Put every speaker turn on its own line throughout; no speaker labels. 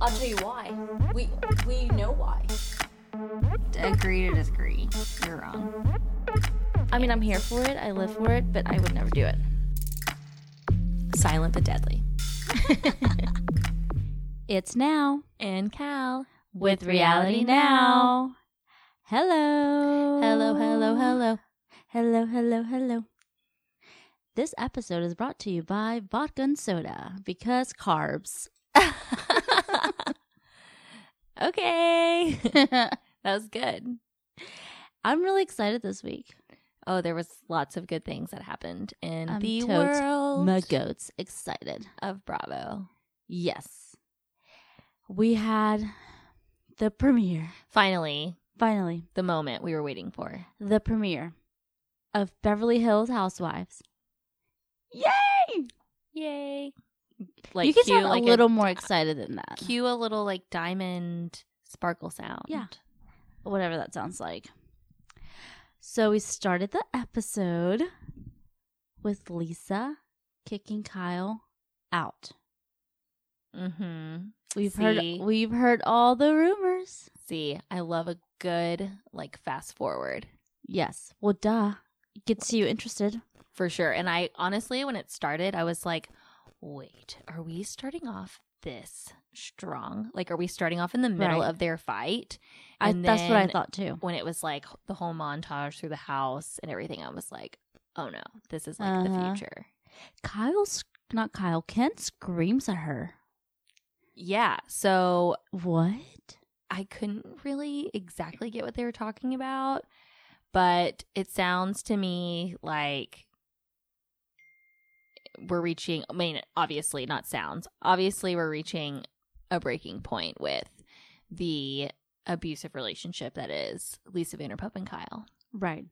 I'll tell you why. We we know why.
Agree to disagree. You're wrong.
I mean, I'm here for it. I live for it, but I would never do it.
Silent but deadly.
It's now
And Cal.
with reality now. Hello.
Hello, hello, hello. Hello, hello, hello.
This episode is brought to you by vodka and soda because carbs.
Okay. that was good.
I'm really excited this week.
Oh, there was lots of good things that happened in
I'm
the
totes
world
My goat's excited.
of Bravo.
Yes. We had the premiere.
Finally,
Finally,
the moment we were waiting for.
the premiere of Beverly Hills Housewives. Yay!
Yay.
you can
cue,
sound
like
a little more excited than that.
cue a little like diamond sparkle sound.
Yeah. whatever that sounds like. So we started the episode with Lisa kicking Kyle out.
Mm-hmm.
We've
See?
heard we've heard all the rumors.
See, I love a good like fast forward
Yes. Well, duh. Gets you interested.
for sure. And I honestly, when it started, I was like, wait, are we starting off this strong? Like, are we starting off in the middle
Right.
of their fight?
I,
And
that's what I
then
thought too.
When it was like the whole montage through the house and everything, I was like, oh no, this is like the
Uh-huh.
future.
Kyle, sc- not Kyle. Ken screams at her.
Yeah. So
What?
I couldn't really exactly get what they were talking about, but it sounds to me like we're reaching, I mean, obviously, not sounds, obviously, we're reaching a breaking point with the abusive relationship that is Lisa Vanderpump and Kyle.
Right.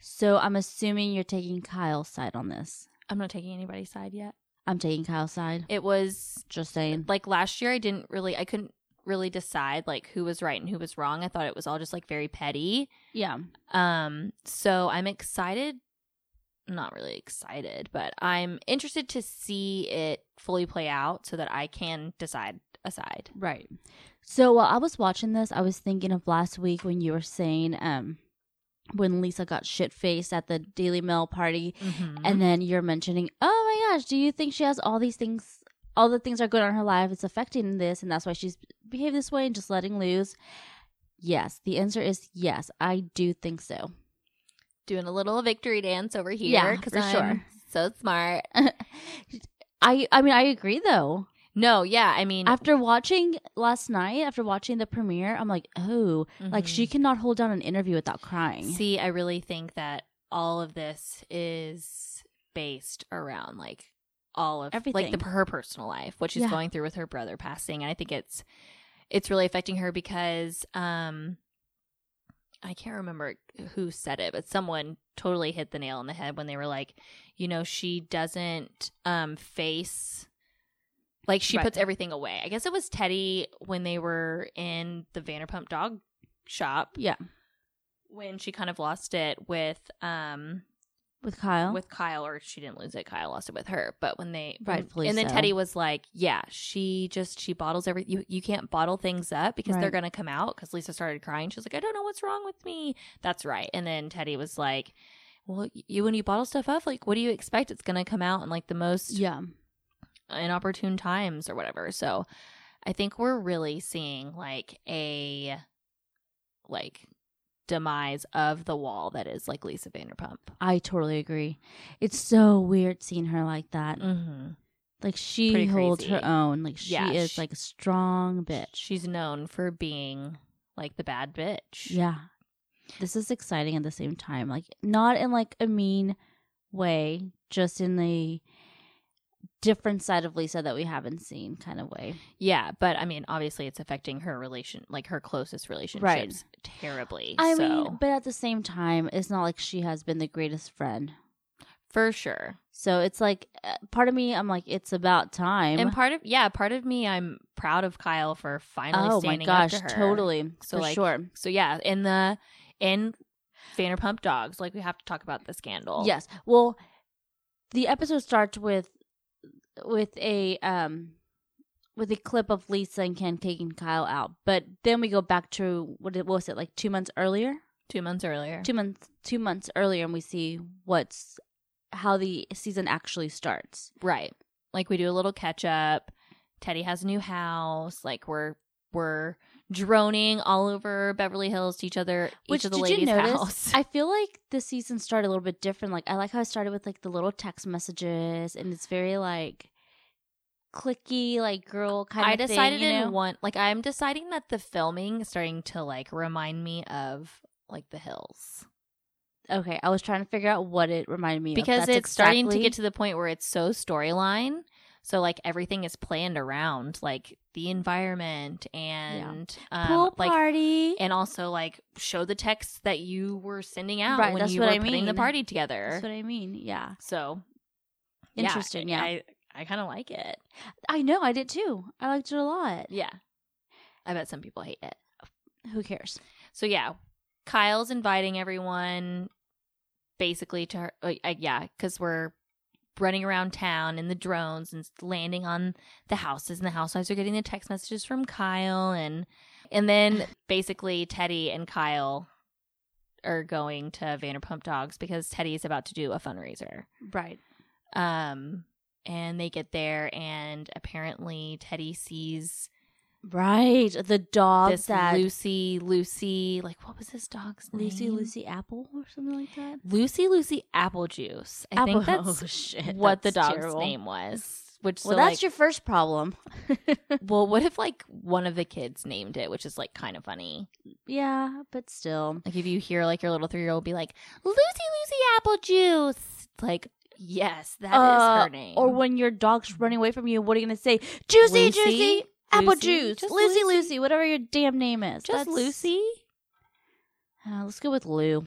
So I'm assuming you're taking Kyle's side on this.
I'm not taking anybody's side yet.
I'm taking Kyle's side.
It was
Just saying.
like last year, I didn't really, I couldn't really decide like who was right and who was wrong. I thought it was all just like very petty.
Yeah.
Um, so I'm excited. Not really excited, but I'm interested to see it fully play out so that I can decide aside.
Right. So while I was watching this, I was thinking of last week when you were saying um when Lisa got shit faced at the Daily Mail party
Mm-hmm.
and then you're mentioning, "Oh my gosh, do you think she has all these things all the things that are going on in her life it's affecting this and that's why she's behaved this way and just letting loose?" Yes, the answer is yes. I do think so.
doing a little victory dance over here
Yeah,
because
for
I'm
sure.
so smart.
I I mean, I agree though.
No, yeah, I mean,
After watching last night, after watching the premiere, I'm like, "Oh, like
mhm.
she cannot hold down an interview without crying."
See, I really think that all of this is based around like all of like
Everything.
the, her personal life, what she's
Yeah.
going through with her brother passing, and I think it's it's really affecting her because um I can't remember who said it, but someone totally hit the nail on the head when they were like, you know, she doesn't um face like she
Right.
puts everything away. I guess it was Teddy when they were in the Vanderpump dog shop
yeah.
when she kind of lost it with um
With Kyle?
with Kyle or she didn't lose it Kyle lost it with her but when they when-
Rightfully
and then
so.
Teddy was like yeah she just she bottles every you, you can't bottle things up because they're
Right.
gonna come out because Lisa started crying she's like I don't know what's wrong with me that's right and then Teddy was like well you when you bottle stuff up like what do you expect it's gonna come out in like the most
Yeah.
inopportune times or whatever. So I think we're really seeing like a like demise of the wall that is like Lisa Vanderpump.
I totally agree. It's so weird seeing her like that.
Mm-hmm.
Like she
Pretty
holds her
crazy.
own. Like she
Yeah,
is
she-
like a strong bitch.
She's known for being like the bad bitch.
Yeah. This is exciting at the same time. Like not in like a mean way, just in the different side of Lisa that we haven't seen kind of way.
Yeah, but I mean obviously it's affecting her relation like her closest relationships terribly.
I
so
mean, but at the same time, it's not like she has been the greatest friend.
for sure.
So it's like uh, part of me I'm like it's about time.
And part of yeah, part of me I'm proud of Kyle for finally
oh my
standing
gosh,
up to her.
totally.
So,
for
like,
sure.
So yeah, in the in Vanderpump Dogs, like we have to talk about the scandal.
Yes. Well, the episode starts with with a um
with a clip of Lisa and Ken taking Kyle out. But then we go back to what, it- what was it like two months earlier?
Two months earlier.
Two months two months earlier, and we see what's how the season actually starts.
Right. Like we do a little catch up. Teddy has a new house. Like we're we're droning all over Beverly Hills to each other, each of the ladies' house.
I feel like this season started a little bit different. Like I like how I started with like the little text messages, and it's very like clicky, like girl kind
I
of.
decided
thing, you know?
in one like I'm deciding that the filming is starting to like remind me of like the hills
Okay, I was trying to figure out what it reminded me
because
of.
it's
That's
starting to
exactly-
get to the point where it's so storyline so like everything is planned around like the environment and um,
pool
like
party.
and also like show the texts that you were sending out
Right,
when
that's
you were
what I
putting the
mean.
party together
That's what I mean. Yeah,
so yeah,
interesting. Yeah,
I, I kind of like it
I know. I did too. I liked it a lot.
yeah I bet some people hate it
Who cares?
So yeah, Kyle's inviting everyone basically to her. Uh, uh, yeah, because we're running around town in the drones and landing on the houses, and the housewives are getting the text messages from Kyle, and and then basically Teddy and Kyle are going to Vanderpump Dogs because Teddy is about to do a fundraiser.
Right.
Um, and they get there, and apparently Teddy sees
Right. The dog
this
that
Lucy, Lucy, like what was this dog's
Lucy,
name?
Lucy Apple or something like that.
Lucy Lucy Apple Juice. I think that's
oh, shit.
what the
that's
dog's
terrible.
name was. Which
Well,
so,
that's
like-
your first problem.
well. What if like one of the kids named it, which is like kind of funny.
yeah, but still.
Like if you hear like your little three year old be like Lucy Lucy Apple Juice, it's like yes, that is
Uh,
her name.
Or when your dog's running away from you, what are you going to say? Juicy,
Lucy,
juicy, apple
Lucy,
juice,
just
Lucy, Lucy,
Lucy.
whatever your damn name is.
just
That's-
Lucy
Uh, let's go with Lou.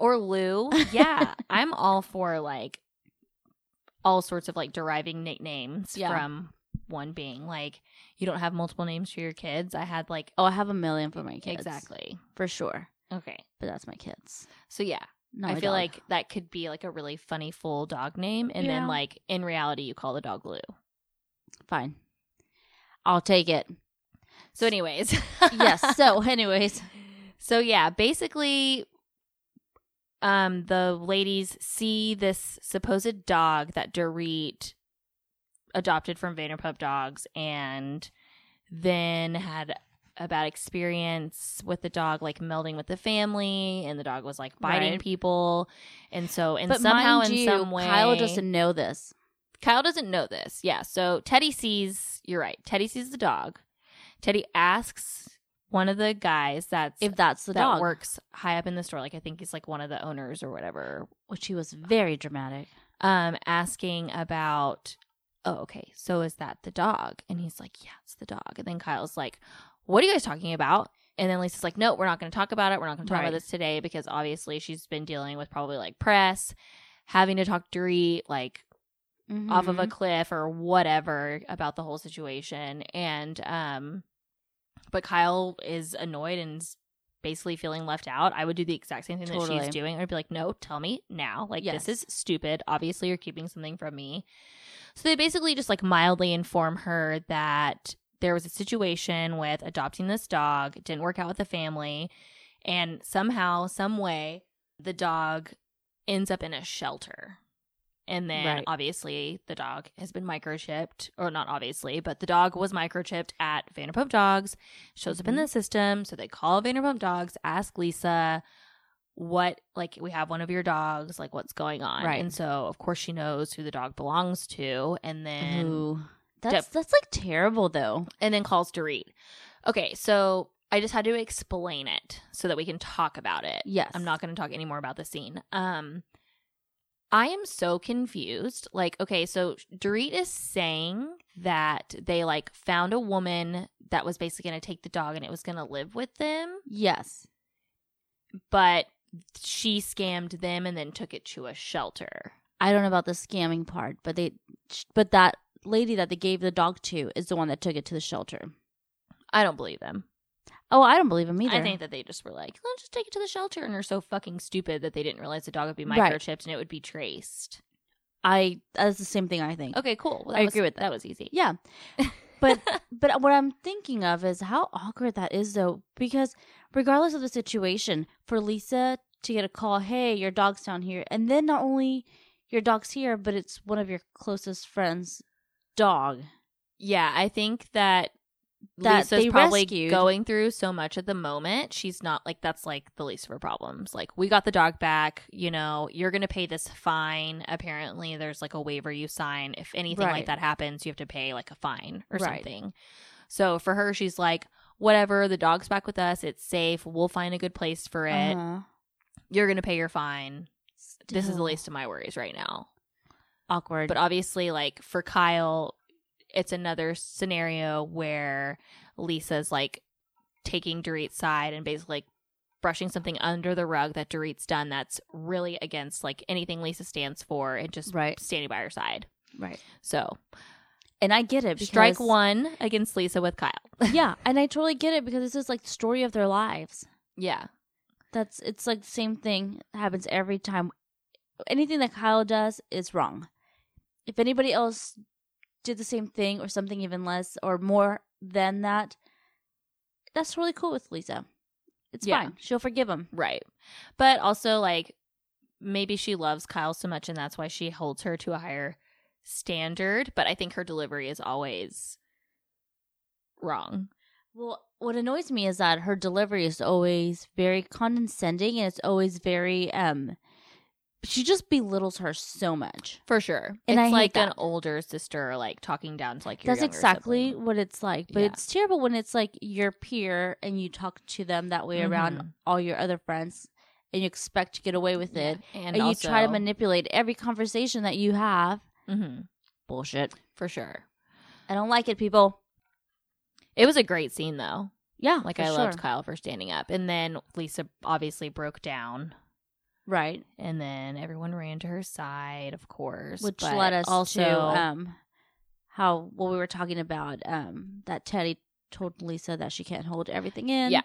or Lou. Yeah, I'm all for like all sorts of like deriving nicknames
Yeah.
from one being like you don't have multiple names for your kids. I had like
Oh, I have a million for my kids.
exactly
For sure.
okay.
But that's my kids.
So yeah,
Not
I
my
feel
dog.
like that could be like a really funny full dog name, and
Yeah.
then like in reality, you call the dog Lou.
Fine. I'll take it.
So, anyways,
yes. So, anyways.
So yeah, basically, um, the ladies see this supposed dog that Dorit adopted from Vanderpump Dogs, and then had a bad experience with the dog, like melding with the family, and the dog was like biting
Right.
people, and so and
but
somehow
mind
in
you,
some way,
Kyle doesn't know this.
Kyle doesn't know this. Yeah. So Teddy sees, you're right. Teddy sees the dog. Teddy asks one of the guys that's
If that's the
that
dog,
works high up in the store, like I think he's like one of the owners or whatever,
which he was very dramatic.
um, asking about, oh, okay, so is that the dog? And he's like, yeah, it's the dog. And then Kyle's like, what are you guys talking about? And then Lisa's like, no, we're not going to talk about it. We're not going to talk
Right.
about this today because obviously she's been dealing with probably like press, having to talk dirty, like off of a
Mm-hmm.
cliff or whatever about the whole situation and um but Kyle is annoyed and is basically feeling left out. I would do the exact same thing that
Totally.
she's doing. I'd be like, "No, tell me now. Like
Yes.
this is stupid. Obviously you're keeping something from me." So they basically just like mildly inform her that there was a situation with adopting this dog, it didn't work out with the family, and somehow some way the dog ends up in a shelter. And then
Right.
obviously the dog has been microchipped, or not obviously, but the dog was microchipped at Vanderpump Dogs, shows up in
Mm-hmm.
the system. So they call Vanderpump Dogs, ask Lisa, what, like, we have one of your dogs, like, what's going on?
Right.
And so, of course, she knows who the dog belongs to, and then,
Ooh. That's that's like terrible though.
and then calls Dorit. Okay, so I just had to explain it so that we can talk about it.
Yes,
I'm not going to talk anymore about the scene. Um, I am so confused. Like, okay, so Dorit is saying that they like found a woman that was basically going to take the dog and it was going to live with them,
Yes,
but she scammed them and then took it to a shelter.
I don't know about the scamming part, but they, but that lady that they gave the dog to is the one that took it to the shelter.
I don't believe them.
Oh, I don't believe him either.
I think that they just were like, let's just take it to the shelter, and are so fucking stupid that they didn't realize the dog would be
Right.
microchipped and it would be traced.
I that's the same thing. I think.
Okay, cool. Well,
I
that was-
agree with that.
That was easy.
Yeah, but but what I'm thinking of is how awkward that is though, because regardless of the situation, for Lisa to get a call, hey, your dog's down here, and then not only your dog's here, but it's one of your closest friends' dog.
Yeah, I think that,
That
Lisa's
they
probably
rescued.
going through so much at the moment. She's not like that's like the least of her problems. Like we got the dog back, you know, you're going to pay this fine. Apparently there's like a waiver you sign if anything
Right.
like that happens, you have to pay like a fine or
Right.
something. So for her she's like whatever, the dog's back with us, it's safe. We'll find a good place for it.
Uh-huh.
You're going to pay your fine. This is the
Still
least of my worries right now.
awkward.
But obviously, like for Kyle, it's another scenario where Lisa's like taking Dorit's side and basically like, brushing something under the rug that Dorit's done that's really against like anything Lisa stands for and just
Right.
standing by her side.
right.
So
And I get it. Because,
strike one against Lisa with Kyle.
yeah, and I totally get it because this is like the story of their lives.
yeah.
That's it's like the same thing happens every time. Anything that Kyle does is wrong. If anybody else did the same thing or something even less or more than that, that's really cool with Lisa. It's
Yeah.
fine. She'll forgive him.
Right. But also like maybe she loves Kyle so much and that's why she holds her to a higher standard, but I think her delivery is always wrong.
Well, what annoys me is that her delivery is always very condescending and it's always very um she just belittles her so much.
For sure.
And I
it's
hate
like an
that.
older sister like talking down to like your
That's
younger
exactly
sibling.
what it's like. But
Yeah.
it's terrible when it's like your peer and you talk to them that way around
Mhm.
all your other friends and you expect to get away with
Yeah.
it.
And,
And, you try to
also-
manipulate every conversation that you have.
Mhm.
Bullshit.
for sure.
I don't like it, people.
It was a great scene though.
Yeah.
Like
for
I loved
sure.
Kyle for standing up. And then Lisa obviously broke down.
Right.
And then everyone ran to her side, of course.
Which
but
led us
also,
to um how what we were talking about, um, that Teddy told Lisa that she can't hold everything in.
yeah,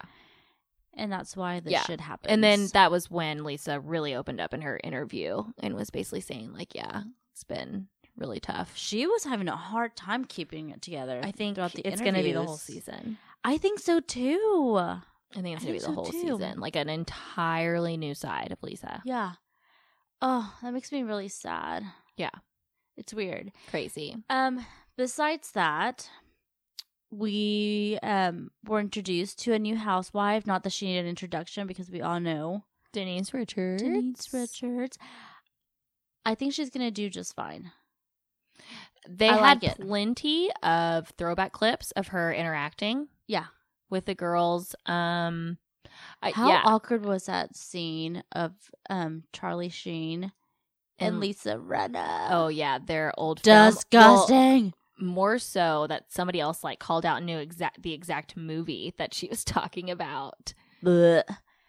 And that's why this
Yeah.
shit happens.
And then that was when Lisa really opened up in her interview and was basically saying, like, yeah, it's been really tough.
she was having a hard time keeping it together.
I think
throughout the
it's going to be the whole
interviews.
season.
I think so too.
I think it's
I
going to be
think
the
so
whole
too.
season, like an entirely new side of Lisa.
Yeah. Oh, that makes me really sad.
Yeah.
It's weird.
Crazy.
Um besides that, we um were introduced to a new housewife, not that she needed an introduction because we all know
Denise Richards.
Denise Richards. I think she's going to do just fine.
They
I
had
like it.
plenty of throwback clips of her interacting.
Yeah.
With the girls. Um, I,
How
yeah.
awkward was that scene of um Charlie Sheen and,
And-
Lisa Renna?
Mm. Oh, yeah. Their old film. Well,
disgusting.
more so that somebody else like called out and knew exact the exact movie that she was talking about.
Blech.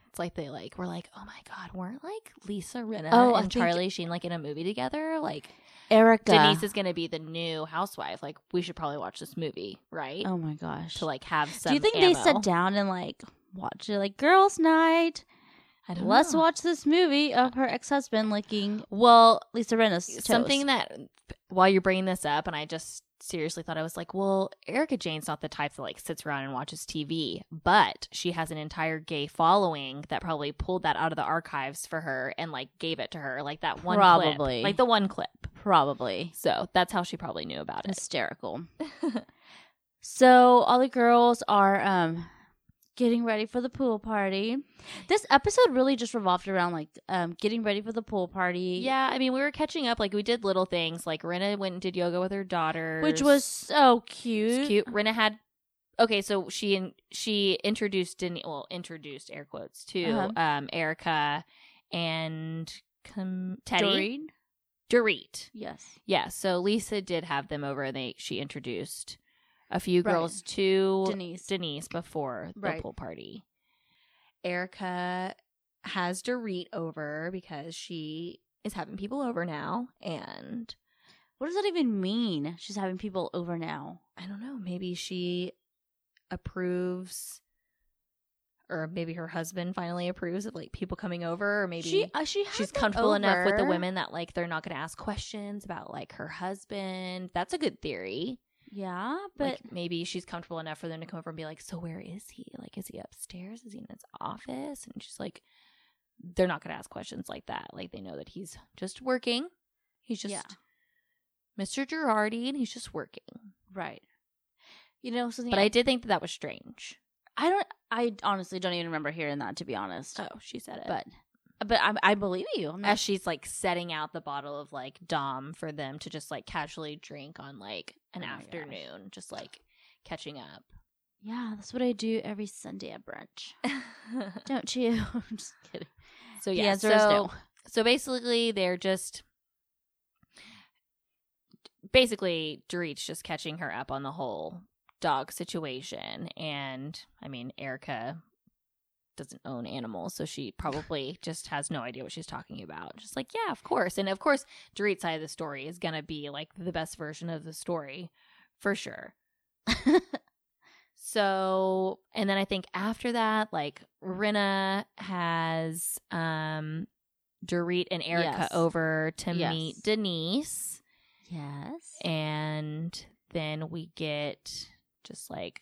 It's like they like were like, oh my god, weren't like Lisa Rinna
Oh, I
and
think-
Charlie Sheen like in a movie together? Like
Erica.
Denise is gonna be the new housewife. Like we should probably watch this movie, right?
oh my gosh.
To like have some.
Do you think they
ammo.
sat down and like watched it like girls' night?
I don't
Let's
know.
watch this movie of her ex husband licking
Well,
Lisa Renna's toes.
something that while you're bringing this up, and I just seriously thought I was like, well, Erica Jane's not the type that like sits around and watches TV, but she has an entire gay following that probably pulled that out of the archives for her and like gave it to her, like that one clip.
Probably.
like the one clip.
probably
So that's how she probably knew about it.
hysterical. so all the girls are um getting ready for the pool party. This episode really just revolved around like um getting ready for the pool party.
Yeah, I mean, we were catching up. Like we did little things. Like Rena went and did yoga with her daughter,
Which was so cute.
It's cute. Rena had okay, so she in, she introduced Den- well introduced air quotes to
Uh-huh.
um, Erica and com- Teddy
Doreen?
Dorit.
Yes.
Yeah, so Lisa did have them over, and they she introduced a few
Right.
girls to Denise,
Denise.
before the
Right.
pool party. Erica has Dorit over because she is having people over now, and
What does that even mean? She's having people over now.
I don't know, maybe she approves or maybe her husband finally approves of like people coming over or maybe
she, uh, she had
she's
them
comfortable enough with the
over.
women that like they're not going to ask questions about like her husband. That's a good theory.
Yeah, but
like maybe she's comfortable enough for them to come over and be like, "So where is he? Like, is he upstairs? Is he in his office?" And she's like, "They're not going to ask questions like that. Like, they know that he's just working. He's just
Yeah.
Mr. Girardi, and he's just working."
right. You know something.
But I did think that that was strange.
I don't. I honestly don't even remember hearing that to be honest.
Oh, she said it. Mm. But
But but I, I believe you. I'm not-
as she's like setting out the bottle of like Dom for them to just like casually drink on like an
Oh my gosh.
afternoon, just like catching up.
yeah, that's what I do every Sunday at brunch. Don't you? I'm just kidding.
so
The
yeah,
answer is
so-
no.
So basically, they're just basically Dorit's just catching her up on the whole dog situation, and I mean Erica doesn't own animals, so she probably just has no idea what she's talking about. Just like yeah, of course, and of course Dorit's side of the story is gonna be like the best version of the story for sure. So, and then I think after that, like Rinna has um Dorit and Erica
Yes.
over to
Yes.
meet Denise,
Yes.
and then we get just like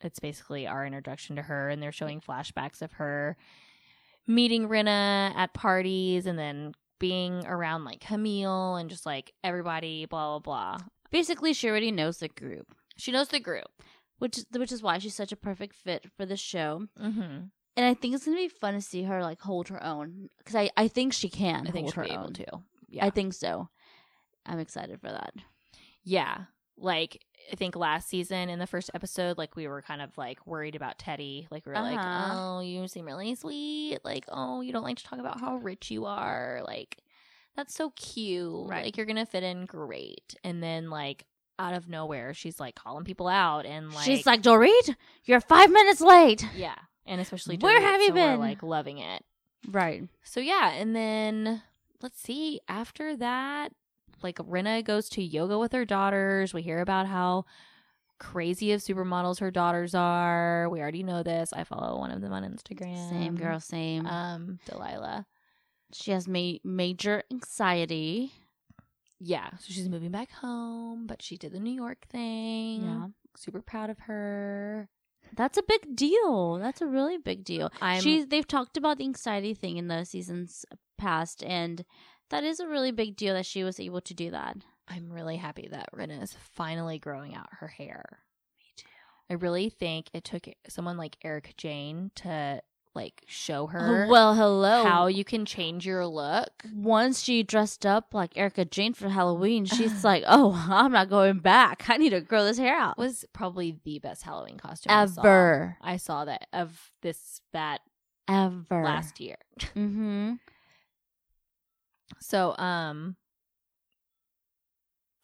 it's basically our introduction to her, and they're showing flashbacks of her meeting Rinna at parties, and then being around like Camille and just like everybody, blah blah blah.
Basically, she already knows the group,
She knows the group.
which is, which is why she's such a perfect fit for the show.
Mm-hmm.
And I think it's gonna be fun to see her like hold her own because I I think she can
I think
hold
she'll
her
be
own.
able to. Yeah.
I think so. I'm excited for that.
Yeah. Like I think last season in the first episode, like we were kind of like worried about Teddy. Like we were like,
Uh-huh.
Oh, you seem really sweet. Like, oh, you don't like to talk about how rich you are. Like, that's so cute.
Right.
Like you're gonna fit in great. And then like out of nowhere, she's like calling people out and like
She's like, Dorit, you're five minutes late.
Yeah. And especially
Where
Dorit,
have you
so we're,
been?
like loving it.
Right.
So yeah, and then let's see. After that, like Rinna goes to yoga with her daughters. We hear about how crazy of supermodels her daughters are. We already know this. I follow one of them on Instagram.
Same girl, same.
Um, Delilah.
she has ma- major anxiety.
Yeah, so she's moving back home, but she did the New York thing.
Yeah.
Super proud of her.
That's a big deal. That's a really big deal.
I'm
she they've talked about the anxiety thing in the seasons past and that is a really big deal that she was able to do that.
I'm really happy that Rinna is finally growing out her hair. Me too. I really think it took someone like Erica Jane to like show her
Oh, well, hello.
how you can change your look.
once she dressed up like Erica Jane for Halloween, she's like, "Oh, I'm not going back. I need to grow this hair out."
Was probably the best Halloween costume I saw.
Ever,
I saw that of this that
ever.
last year.
Mm-hmm.
So um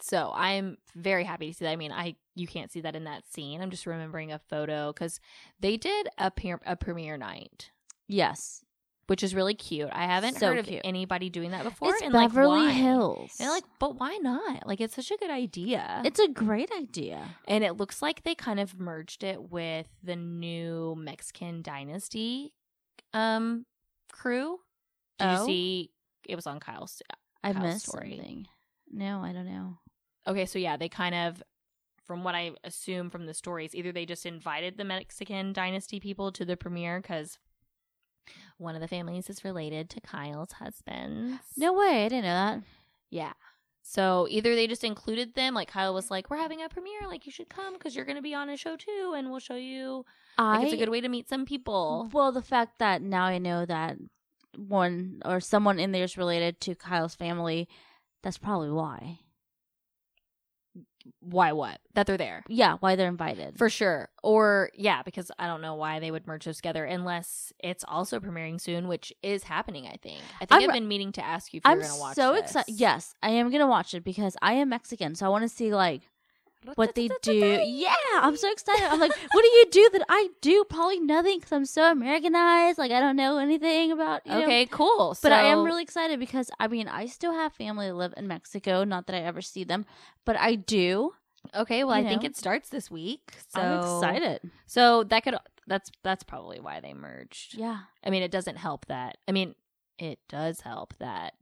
so I'm very happy to see that. I mean, I you can't see that in that scene. I'm just remembering a photo cuz they did a pre- a premiere night,
Yes,
which is really cute. I haven't
So
heard
cute.
of anybody doing that before
it's
and
Beverly
like, why?
Hills.
And like, but why not? Like it's such a good idea.
it's a great idea.
And it looks like they kind of merged it with the new Mexican Dynasty um crew. Did
Oh.
you see it was on Kyle's
I
House
missed
story.
something. No, I don't know.
Okay, so yeah, they kind of from what I assume from the stories, either they just invited the Mexican Dynasty people to the premiere because one of the families is related to Kyle's husband.
No way, I didn't know that.
Yeah. So either they just included them, like Kyle was like, "We're having a premiere, like you should come because you're going to be on a show too, and we'll show you."
I
Like, it's a good way to meet some people.
well, the fact that now I know that one or someone in there is related to Kyle's family, that's probably why.
why what that they're there
Yeah, why they're invited.
for sure or yeah because i don't know why they would merge those together unless it's also premiering soon which is happening i think i think i
I'm-
have been meaning to ask you if
I'm
you're gonna watch
so
this.
excited. Yes, I am gonna watch it because I am Mexican, so I want to see like what they do. Yeah, I'm so excited. I'm like, what do you do that I do? Probably nothing because I'm so Americanized. Like I don't know anything about. You know.
okay cool
But I am
So-
really excited because I mean I still have family that live in Mexico. Not that I ever see them, but I do.
okay well i
you
think
know.
it starts this week so
I'm excited.
so that could that's that's probably why they merged
Yeah.
i mean it doesn't help that i mean it does help that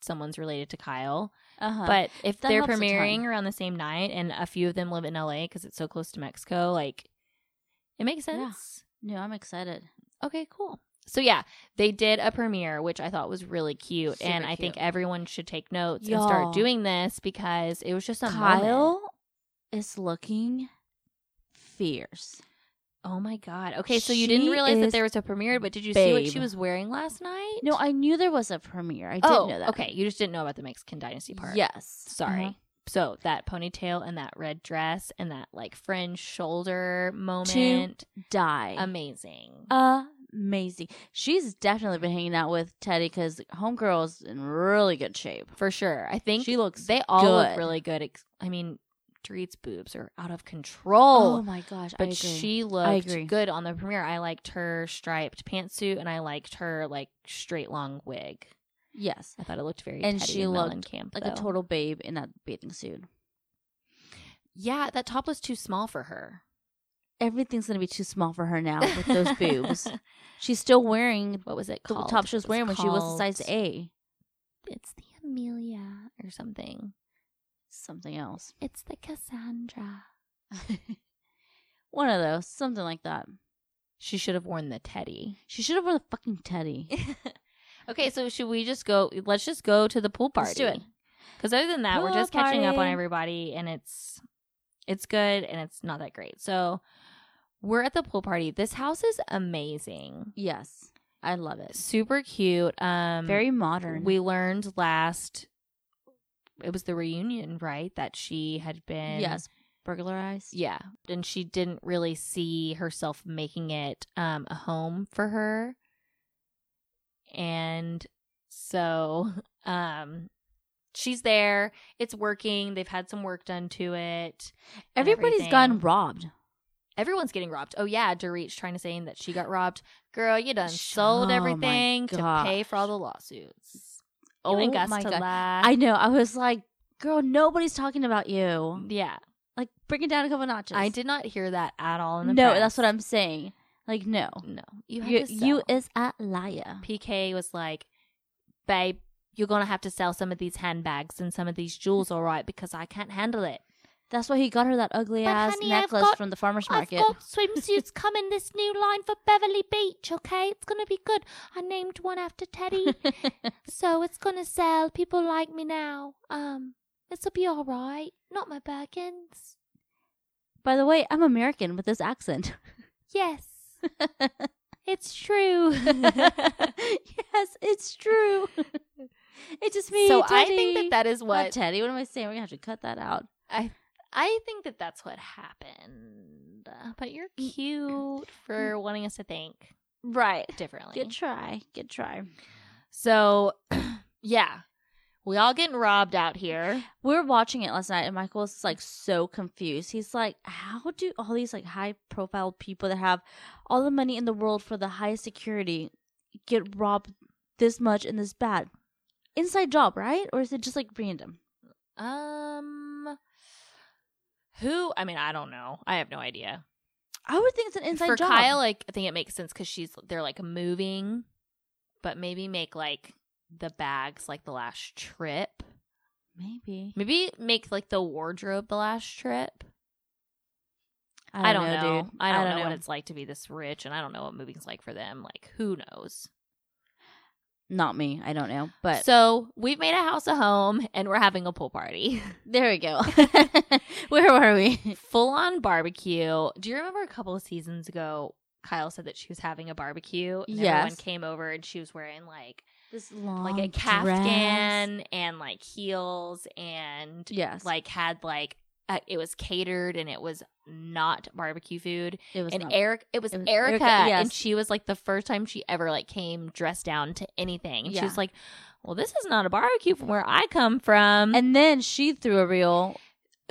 someone's related to Kyle.
Uh-huh.
but if
that
they're
helps a ton.
premiering around the same night and a few of them live in LA because it's so close to Mexico, like it makes
Yeah.
sense.
no, I'm excited.
Okay, cool. So yeah, they did a premiere, which I thought was really cute, and
Super
I think
cute.
everyone should take notes and start
Y'all.
doing this because it was just a
Kyle
moment.
is looking fierce.
Oh my god. Okay, so you didn't
She
realize that
is
there was a premiere, but did you see what she
babe.
was wearing last night?
No, I knew there was a premiere. I did
oh,
know that.
okay. You just didn't know about the Mexican dynasty part.
Yes.
Sorry.
Uh-huh.
So that ponytail and that red dress and that like fringe shoulder moment.
Uh-huh. Die.
Amazing.
Amazing. She's definitely been hanging out with Teddy because Homegirl's in really good shape.
For sure. I think
She looks
they all look
good.
really good. Ex- I mean, Dorit's boobs are out of control.
Oh my gosh.
but she looked
agree.
good on the premiere. I liked her striped pantsuit and I liked her like straight long wig.
Yes.
I thought it looked very
And
Teddy
she looked
Mellencamp,
Like a
though.
total babe in that bathing suit.
yeah. That top was too small for her
Everything's going to be too small for her now with those boobs. She's still wearing
what was it
the
called?
top she
It
was wearing when she was a size
called-
A.
It's the Amelia or something.
Something else.
It's the Cassandra.
One of those. Something like that.
She should have worn the teddy.
She should have worn the fucking Teddy.
okay, so should we just go? Let's just go to the pool party.
Let's do it.
Because other than that, we're
Pool
just catching up on
party.
everybody, and it's it's good and it's not that great. So we're at the pool party. This house is amazing,
Yes. I love it.
super cute. Um,
Very modern.
We learned last. It was the reunion, right? That she had been
yes. Burglarized.
Yeah. And she didn't really see herself making it um, a home for her. And so um, she's there. It's working. They've had some work done to it.
Everybody's
everything.
gotten robbed.
Everyone's getting robbed. Oh, yeah. Dorit's trying to say that she got robbed. Girl, you done
Sh-
sold
oh my
everything to pay for all
gosh.
the lawsuits.
Oh
you ain't got
my
to
God.
lie.
I know. I was like, girl, nobody's talking about you.
yeah.
Like, bring it down a couple notches.
I did not hear that at all in the
No,
press.
that's what I'm saying. Like, no.
No. You have
You,
to
you
sell.
is a liar.
PK was like, babe, you're going to have to sell some of these handbags and some of these jewels, all right, because I can't handle it.
That's why he got her that ugly
But
ass
honey, I've
necklace
got-
from the farmer's market.
I've got swimsuits coming this new line for Beverly Beach, okay? It's going to be good. I named one after Teddy, so it's going to sell. People like me now. Um, This'll be all right. Not my Birkins.
By the way, I'm American with this accent.
Yes. it's true.
yes, it's true. it's just me.
so
Teddy.
I think that that is
Not
what
Teddy. What am I saying? We're gonna have to cut that out.
I I think that that's what happened. But you're cute for wanting us to think
Right.
differently.
Good try. Good try.
so, yeah. We all getting robbed out here.
We were watching it last night, and Michael's like so confused. He's like, "How do all these like high profile people that have all the money in the world for the highest security get robbed this much and this bad? Inside job, right? Or is it just like random?
Um who I mean, I don't know. I have no idea.
I would think it's an inside
for
job.
Kyle, like I think it makes sense because she's they're like moving, but maybe make like the bags like the last trip.
maybe.
Maybe make like the wardrobe the last trip. I don't, know.
dude.
I don't, know, what it's like to be this rich, and I don't know what moving's like for them. Like, who knows?
Not me. I don't know. But
so we've made a house a home, and we're having a pool party,
there we go. Where were we?
full on barbecue. Do you remember a couple of seasons ago? Kyle said that she was having a barbecue, and everyone
Yes.
came over, and she was wearing like
This long
like a
dress.
caftan and like heels, and
Yes.
like had like uh, it was catered, and it was not barbecue food.
it was
and
not-
Eric, it was,
it was
Erica,
Erica,
and
yes.
she was like the first time she ever like came dressed down to anything. And she
Yeah.
was like, "Well, this is not a barbecue from where I come from."
And then she threw a real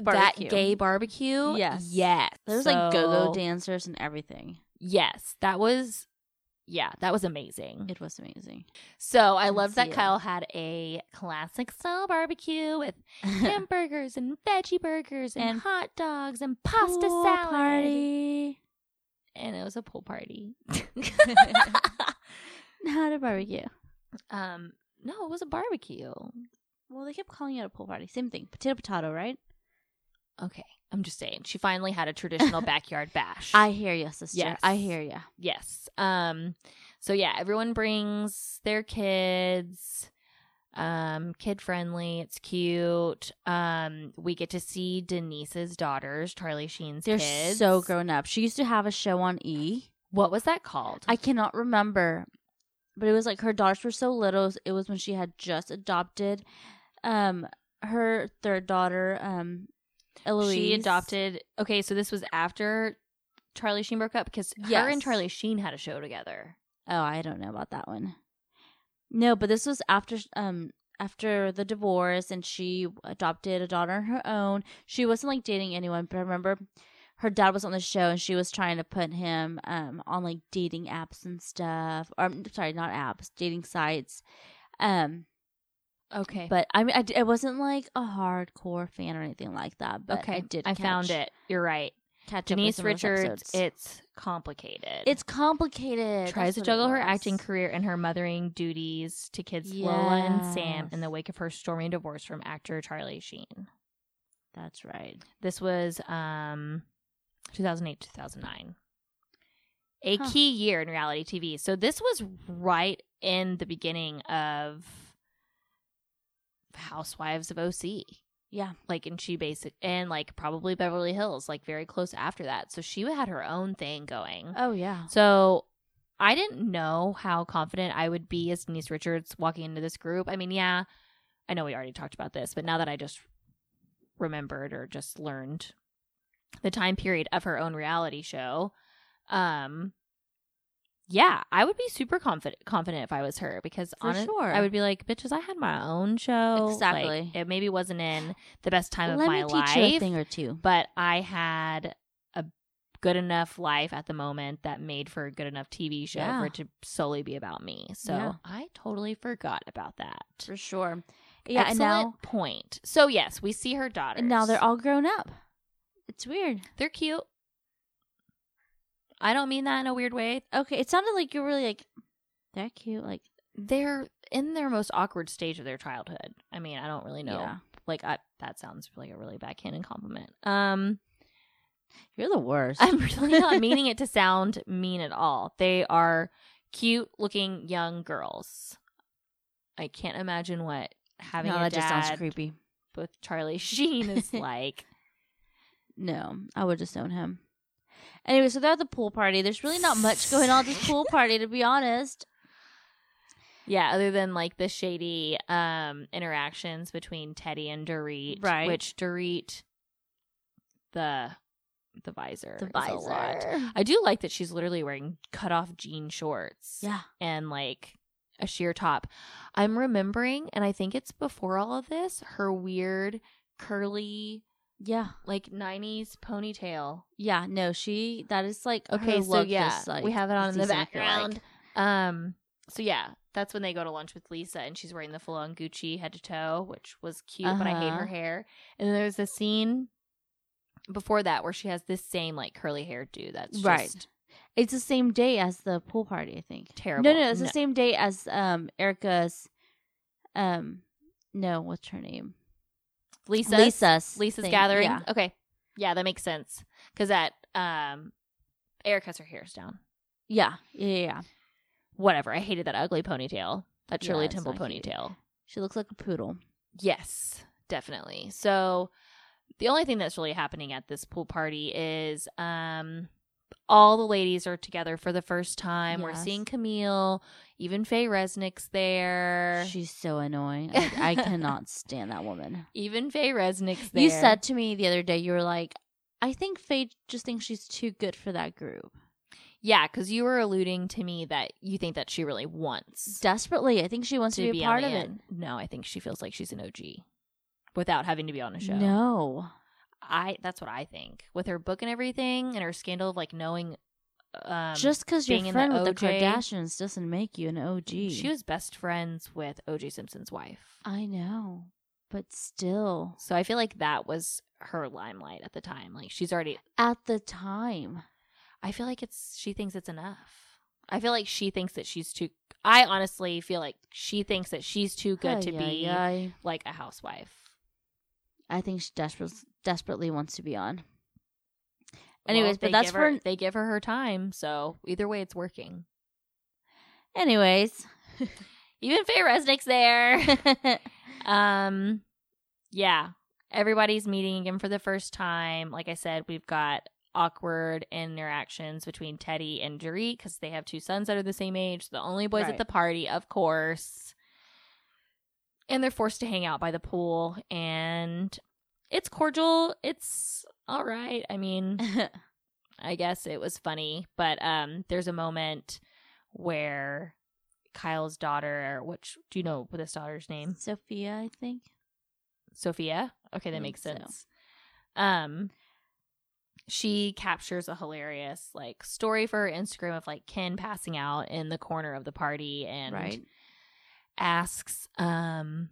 barbecue.
that gay barbecue,
Yes.
yes,
There's like go-go
So,
dancers and everything.
Yes, that was, yeah, that was amazing.
It was amazing.
so I
can
love that
see it.
Kyle had a classic style barbecue with hamburgers and veggie burgers and,
And
hot dogs and pasta
Pool
salad,
party.
and it was a pool party.
Not a barbecue.
Um, No, it was a barbecue.
Well, they kept calling it a pool party. Same thing. Potato, potato, right?
Okay, I'm just saying. She finally had a traditional backyard bash.
I hear you, sister.
Yes.
I hear you.
yes. Um. So yeah, everyone brings their kids. Um, kid friendly. It's cute. Um, we get to see Denise's daughters, Charlie Sheen's
They're
kids.
so grown up. She used to have a show on E.
What was that called?
I cannot remember, but it was like her daughters were so little. It was when she had just adopted, um, her third daughter, um, Eloise.
She adopted. Okay, so this was after Charlie Sheen broke up because her
Yes.
and Charlie Sheen had a show together.
Oh, I don't know about that one. No, but this was after um after the divorce and she adopted a daughter on her own. She wasn't like dating anyone, but I remember her dad was on the show and she was trying to put him um on like dating apps and stuff. Or I'm sorry, not apps, dating sites. Um
Okay,
but I mean I, d- I wasn't like a hardcore fan or anything like that, but
okay,
I did
I
catch,
found it. You're right.
Catch up with
Denise
some of those
Richards.
episodes.
It's complicated.
it's complicated.
tries
That's
to
what it
juggle her
was.
acting career and her mothering duties to kids Lola and Sam in
Yes.
the wake of her stormy divorce from actor Charlie Sheen.
That's right.
This was um 2008 2009. A
Huh.
key year in reality TV. So this was right in the beginning of Housewives of OC.
Yeah.
Like and she basic and like probably Beverly Hills like very close after that. So she had her own thing going.
Oh yeah.
So I didn't know how confident I would be as Denise Richards walking into this group. I mean, yeah, I know we already talked about this, but now that I just remembered or just learned the time period of her own reality show, um, yeah, I would be super confident confident if I was her because
For
honest-
sure.
I would be like, bitches, I had my own show. Like,
Exactly.
it maybe wasn't in the best time
Let
of my
me
life
teach you a thing or two.
but I had a good enough life at the moment that made for a good enough TV show
Yeah.
for it to solely be about me. So
Yeah.
I totally forgot about that.
For sure. Yeah,
Excellent
and now
point. So yes, we see her daughters.
and now they're all grown up. It's weird.
they're cute. I don't mean that in a weird way.
Okay, it sounded like you're really like they're cute. Like
They're in their most awkward stage of their childhood. I mean, I don't really know.
Yeah.
Like I, that sounds like a really backhanded compliment. Um,
you're the worst.
I'm really not meaning it to sound mean at all. They are cute looking young girls. I can't imagine what having
no,
a
that
dad
just sounds creepy.
with Charlie Sheen is like.
No, I would disown him. Anyway, so they're at the pool party. There's really not much going on at this pool party, to be honest.
yeah, other than like the shady um interactions between Teddy and Dorit,
Right.
which Dorit the the visor.
The
is a lot.
visor.
I do like that she's literally wearing cut off jean shorts.
Yeah.
and like a sheer top. I'm remembering, and I think it's before all of this, her weird curly
Yeah.
like 90s ponytail.
Yeah. No, she that is like
Okay,
her
so
look
yeah,
this, like,
we have it on in the
season, I feel like.
background. Um so yeah, that's when they go to lunch with Lisa and she's wearing the full on Gucci head to toe, which was cute, but I hate
Uh-huh.
her hair. And then there's a scene before that where she has this same like curly hairdo that's just
Right. It's the same day as the pool party, I think.
terrible.
No, no, it's the same day as um Erica's um no, what's her name?
Lisa's
Lisa's
Lisa's
thing.
gathering.
Yeah.
Okay. Yeah, that makes sense. Because that um Eric has her hairs down.
Yeah. Yeah, yeah, yeah.
Whatever. I hated that ugly ponytail. That
Yeah,
Shirley
it's
Temple
not cute.
ponytail.
She looks like a poodle.
Yes, definitely. So the only thing that's really happening at this pool party is um all the ladies are together for the first time. We're
Yes.
seeing Camille, even Faye Resnick's there.
She's so annoying. I, I cannot stand that woman.
even Faye Resnick's there.
You said to me the other day, you were like, I think Faye just thinks she's too good for that group.
Yeah, because you were alluding to me that you think that she really wants
Desperately. I think she wants to, be, a
on
part
the
of
end. No, I think she feels like she's an OG without having to be on a
it.
show.
No.
I that's what I think. With her book and everything and her scandal of like knowing um
just because you're
being in the
friend with the
OJ
Kardashians doesn't make you an OG.
she was best friends with OJ Simpson's wife.
I know. But still.
So I feel like that was her limelight at the time. Like she's already
At the time.
I feel like it's she thinks it's enough. I feel like she thinks that she's too. I honestly feel like she thinks that she's too good to
Ay,
be
ay, ay.
like a housewife.
I think she desperate, desperately wants to be on.
Well,
Anyways,
they
but that's
give her-
for
they give her her time. So either way, it's working.
anyways.
Even Faye Resnick's there. um, yeah, everybody's meeting again for the first time. Like I said, we've got awkward interactions between Teddy and Jerry because they have two sons that are the same age. The only boys
Right.
at the party, of course. And they're forced to hang out by the pool, and it's cordial. It's all right. I mean, I guess it was funny, but um, there's a moment where Kyle's daughter, which do you know this daughter's name?
Sophia, I think.
Sophia. Okay,
I
that
think
makes
Mm, so.
sense. Um, she captures a hilarious like story for her Instagram of like Ken passing out in the corner of the party and
right.
asks um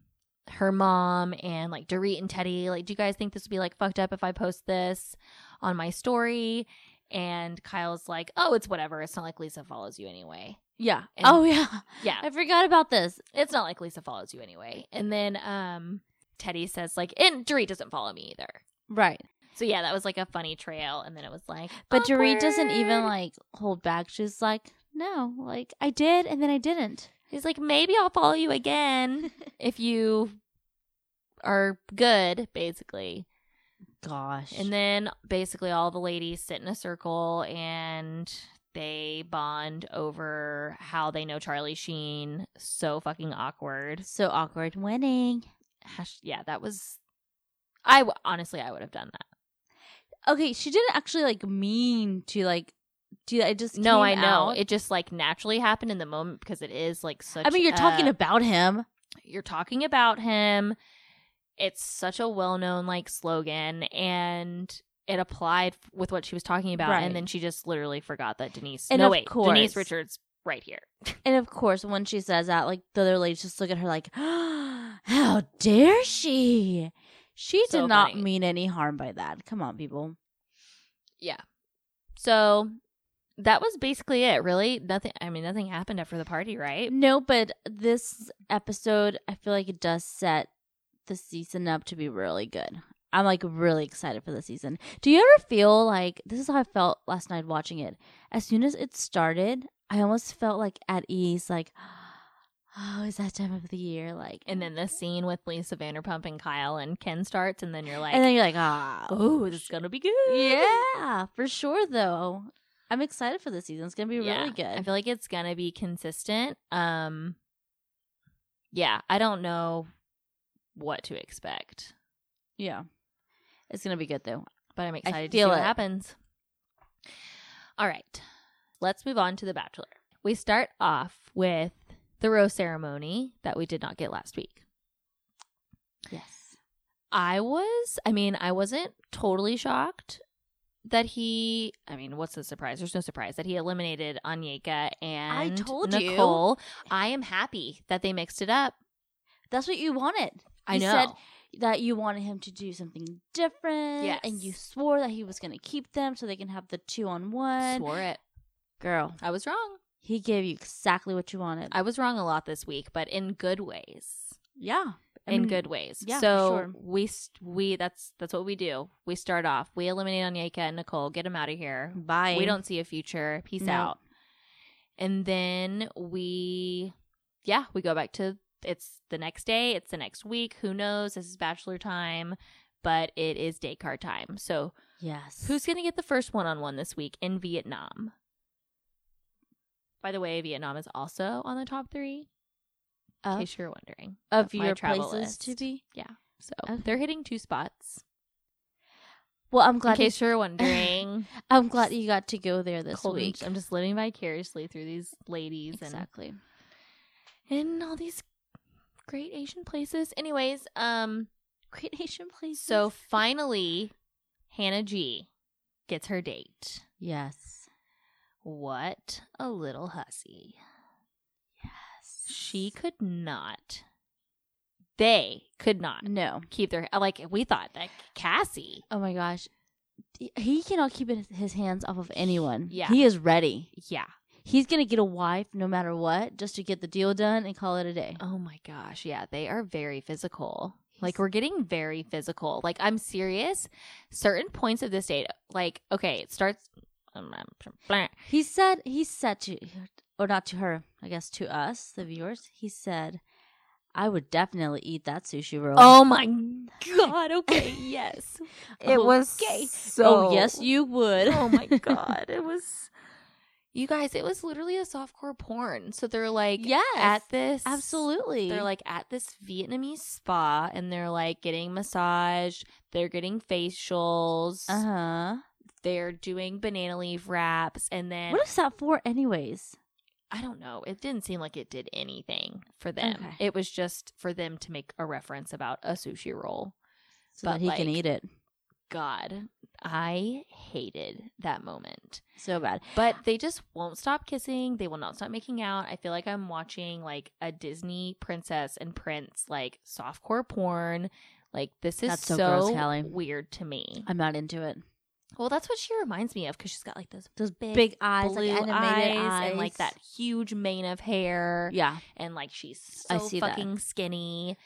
her mom and like Dorit and Teddy, like, do you guys think this would be like fucked up if I post this on my story? And Kyle's like, oh, it's whatever. It's not like Lisa follows you anyway.
Yeah.
And-
oh yeah.
Yeah,
I forgot about this.
it's not like Lisa follows you anyway. And then um Teddy says like, and Dorit doesn't follow me either.
Right.
So yeah, that was like a funny trail. And then it was like,
But Dorit doesn't even
awkward.
like hold back. She's like, no, like I did and then I didn't.
He's like, maybe I'll follow you again if you are good, basically.
Gosh.
And then basically all the ladies sit in a circle and they bond over how they know Charlie Sheen. So fucking awkward.
so awkward winning.
Hash- yeah, that was. I w- honestly, I would have done that.
Okay, she didn't actually like mean to like do that. It just
no, I
came
know
out.
it just like naturally happened in the moment because it is like such.
I mean, you're talking
a-
about him.
you're talking about him. It's such a well-known like slogan, and it applied f- with what she was talking about.
Right.
And then she just literally forgot that Denise.
And
no
of
wait,
course-
Denise Richards, right here.
And of course, when she says that, like the other ladies just look at her like, "How dare she?" She did
So
not
funny.
mean any harm by that. Come on, people.
So that was basically it. Really, nothing. I mean, nothing happened after the party, right?
No, but this episode, I feel like it does set the season up to be really good. I'm like really excited for the season. Do you ever feel like this is how I felt last night watching it? As soon as it started, I almost felt like at ease, like, oh, is that time of the year? Like,
And then the scene with Lisa Vanderpump and Kyle and Ken starts, and then you're like,
and then you're like, ah,
"Oh, this is gonna be good."
yeah, for sure though. I'm excited for this season. It's gonna be
Yeah.
really good.
I feel like it's gonna be consistent. Um, yeah, I don't know what to expect,
yeah, it's gonna be good though.
but I'm excited to see
feel
what
it.
happens. All right, let's move on to the Bachelor. We start off with the rose ceremony that we did not get last week.
Yes.
I was, I mean, I wasn't totally shocked that he, I mean, what's the surprise? There's no surprise that he eliminated Anyeka and
told you.
Nicole. I am happy that they mixed it up.
That's what you wanted.
I
You
know.
said- that you wanted him to do something different.
Yes.
And you swore that he was going to keep them so they can have the two on one.
Swore it.
Girl,
I was wrong.
he gave you exactly what you wanted.
I was wrong a lot this week, but in good ways.
yeah. I
in
mean,
good ways.
yeah, for
so
sure.
we st- we that's that's what we do. We start off. We eliminate Onyeka and Nicole. Get them out of here.
Bye.
We don't see a future. Peace
No.
out. And then we, yeah, we go back to it's the next day. It's the next week. Who knows? This is bachelor time, but it is day card time. So
Yes.
Who's going to get the first one on one this week in Vietnam? By the way, Vietnam is also on the top three, in
of,
case you're wondering.
of
my
your
travel
places to
list?
be?
So
Okay.
they're hitting two spots.
Well, I'm
In
glad.
case you're wondering,
I'm glad you got to go there this
cold
week.
week. I'm just living vicariously through these ladies
exactly.
and and all these great Asian places. Anyways, um,
Great Asian places.
so finally, Hannah G gets her date.
yes.
What a little hussy.
Yes.
She could not. They could not
No.
keep their like we thought that Cassie.
Oh my gosh. He- He cannot keep his his hands off of anyone.
Yeah.
He is ready.
Yeah,
He's gonna get a wife no matter what, just to get the deal done and call it a day.
Oh my gosh. Yeah, they are very physical. Like
He's-
we're getting very physical. Like I'm serious. Certain points of this date, like okay, it starts. um,
He said he said to or not to her, I guess to us, the viewers, he said, I would definitely eat that sushi roll.
Oh my god. Okay. Yes.
Oh,
okay.
Oh, yes you would.
oh my god. It was. You guys, it was literally a softcore porn. So they're like,
Yes.
at this
Absolutely.
They're like at this Vietnamese spa, and they're like getting massage. They're getting facials.
Uh-huh.
They're doing banana leaf wraps, and then
What is that for anyways?
I don't know. It didn't seem like it did anything for them.
Okay.
It was just for them to make a reference about a sushi roll.
So
But,
that he can
like-
eat it.
God, I hated that moment.
So bad.
But they just won't stop kissing. They will not stop making out. I feel like I'm watching like a Disney princess and prince like softcore porn. Like this is
That's
so,
so gross, Callie.
weird to me.
I'm not into it.
Well, that's what she reminds me of because she's got like those
Those
Big
big, eyes,
blue
like animated
eyes,
eyes,
and like that huge mane of hair.
Yeah.
and like she's so
I see that.
fucking skinny.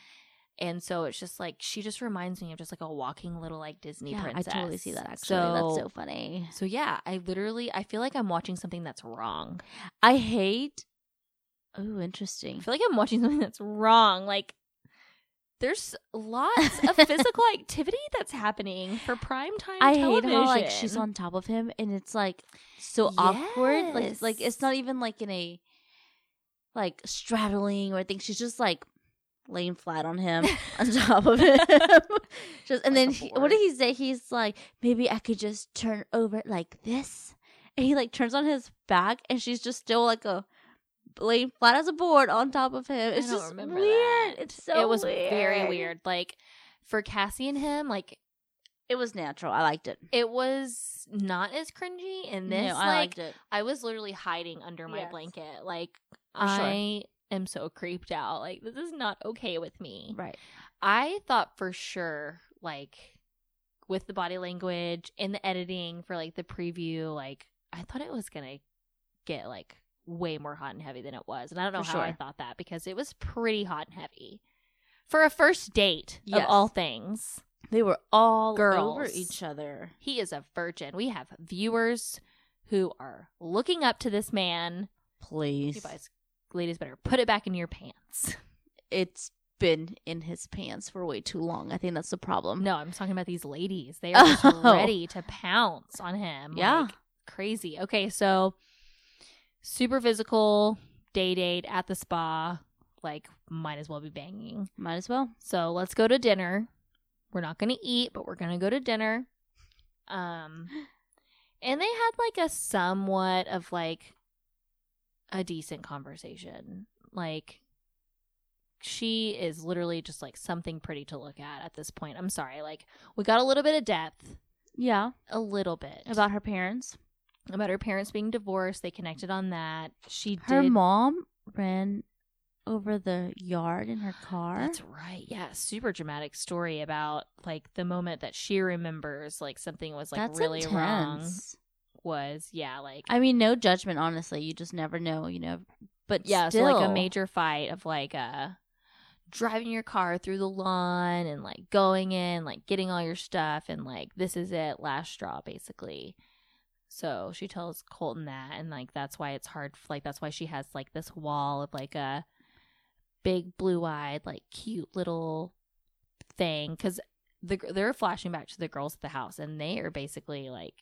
And so it's just like she just reminds me of just like a walking little like Disney
yeah I
princess.
totally see that actually.
So,
That's so funny.
so yeah, I literally I feel like I'm watching something that's wrong.
I hate Oh,
I
interesting.
feel like I'm watching something that's wrong. Like there's lots of physical activity that's happening for prime time.
I hate
television.
how like she's on top of him and it's like so awkward. Like like
Yes.
it's not even like in a like straddling or anything. She's just like laying flat on him on top of him. just
Like a
and then he, what
board.
did he say? He's like, maybe I could just turn over like this. And he like turns on his back and she's just still like a laying flat as a board on top of him.
I
It's
don't
just
remember
weird.
that.
It's so
it was very
weird.
weird. Like for Cassie and him, like
It was natural. I liked it.
it was not as cringy. And this
no, I
like
liked it.
I was literally hiding under my
Yes.
blanket. Like
For sure.
I am so creeped out. Like this is not okay with me.
Right.
I thought for sure like with the body language and the editing for like the preview like I thought it was going to get like way more hot and heavy than it was. And I don't know
For
how I
sure.
thought that because it was pretty hot and heavy. For a first date
Yes.
of all things.
They were all over
Girls.
each other.
He is a virgin. We have viewers who are looking up to this man. You
Please.
guys, ladies, better put it back in your pants.
It's been in his pants for way too long. I think that's the problem.
No, I'm talking about these ladies. They are just
Oh.
ready to pounce on him.
Yeah.
like, crazy. Okay, so super physical day date at the spa. Like, might as well be banging.
Might as well.
So let's go to dinner. We're not going to eat, but we're going to go to dinner. Um, and they had like a somewhat of like a decent conversation. Like, she is literally just like something pretty to look at at this point. I'm sorry. Like, we got a little bit of depth,
Yeah.
a little bit
About her parents.
about her parents being divorced. They connected on that. She
Her
did.
mom ran over the yard in her car.
That's right. Yeah, super dramatic story about like the moment that she remembers like something was like
That's
really wrong
intense.
was yeah, like
I mean, no judgment, honestly. You just never know, you know. But
yeah,
still,
so like a major fight of like uh driving your car through the lawn and like going in, like getting all your stuff and like this is it, last straw basically. So she tells Colton that and like that's why it's hard like that's why she has like this wall of like a big blue-eyed like cute little thing cuz the gr- they're flashing back to the girls at the house and they are basically like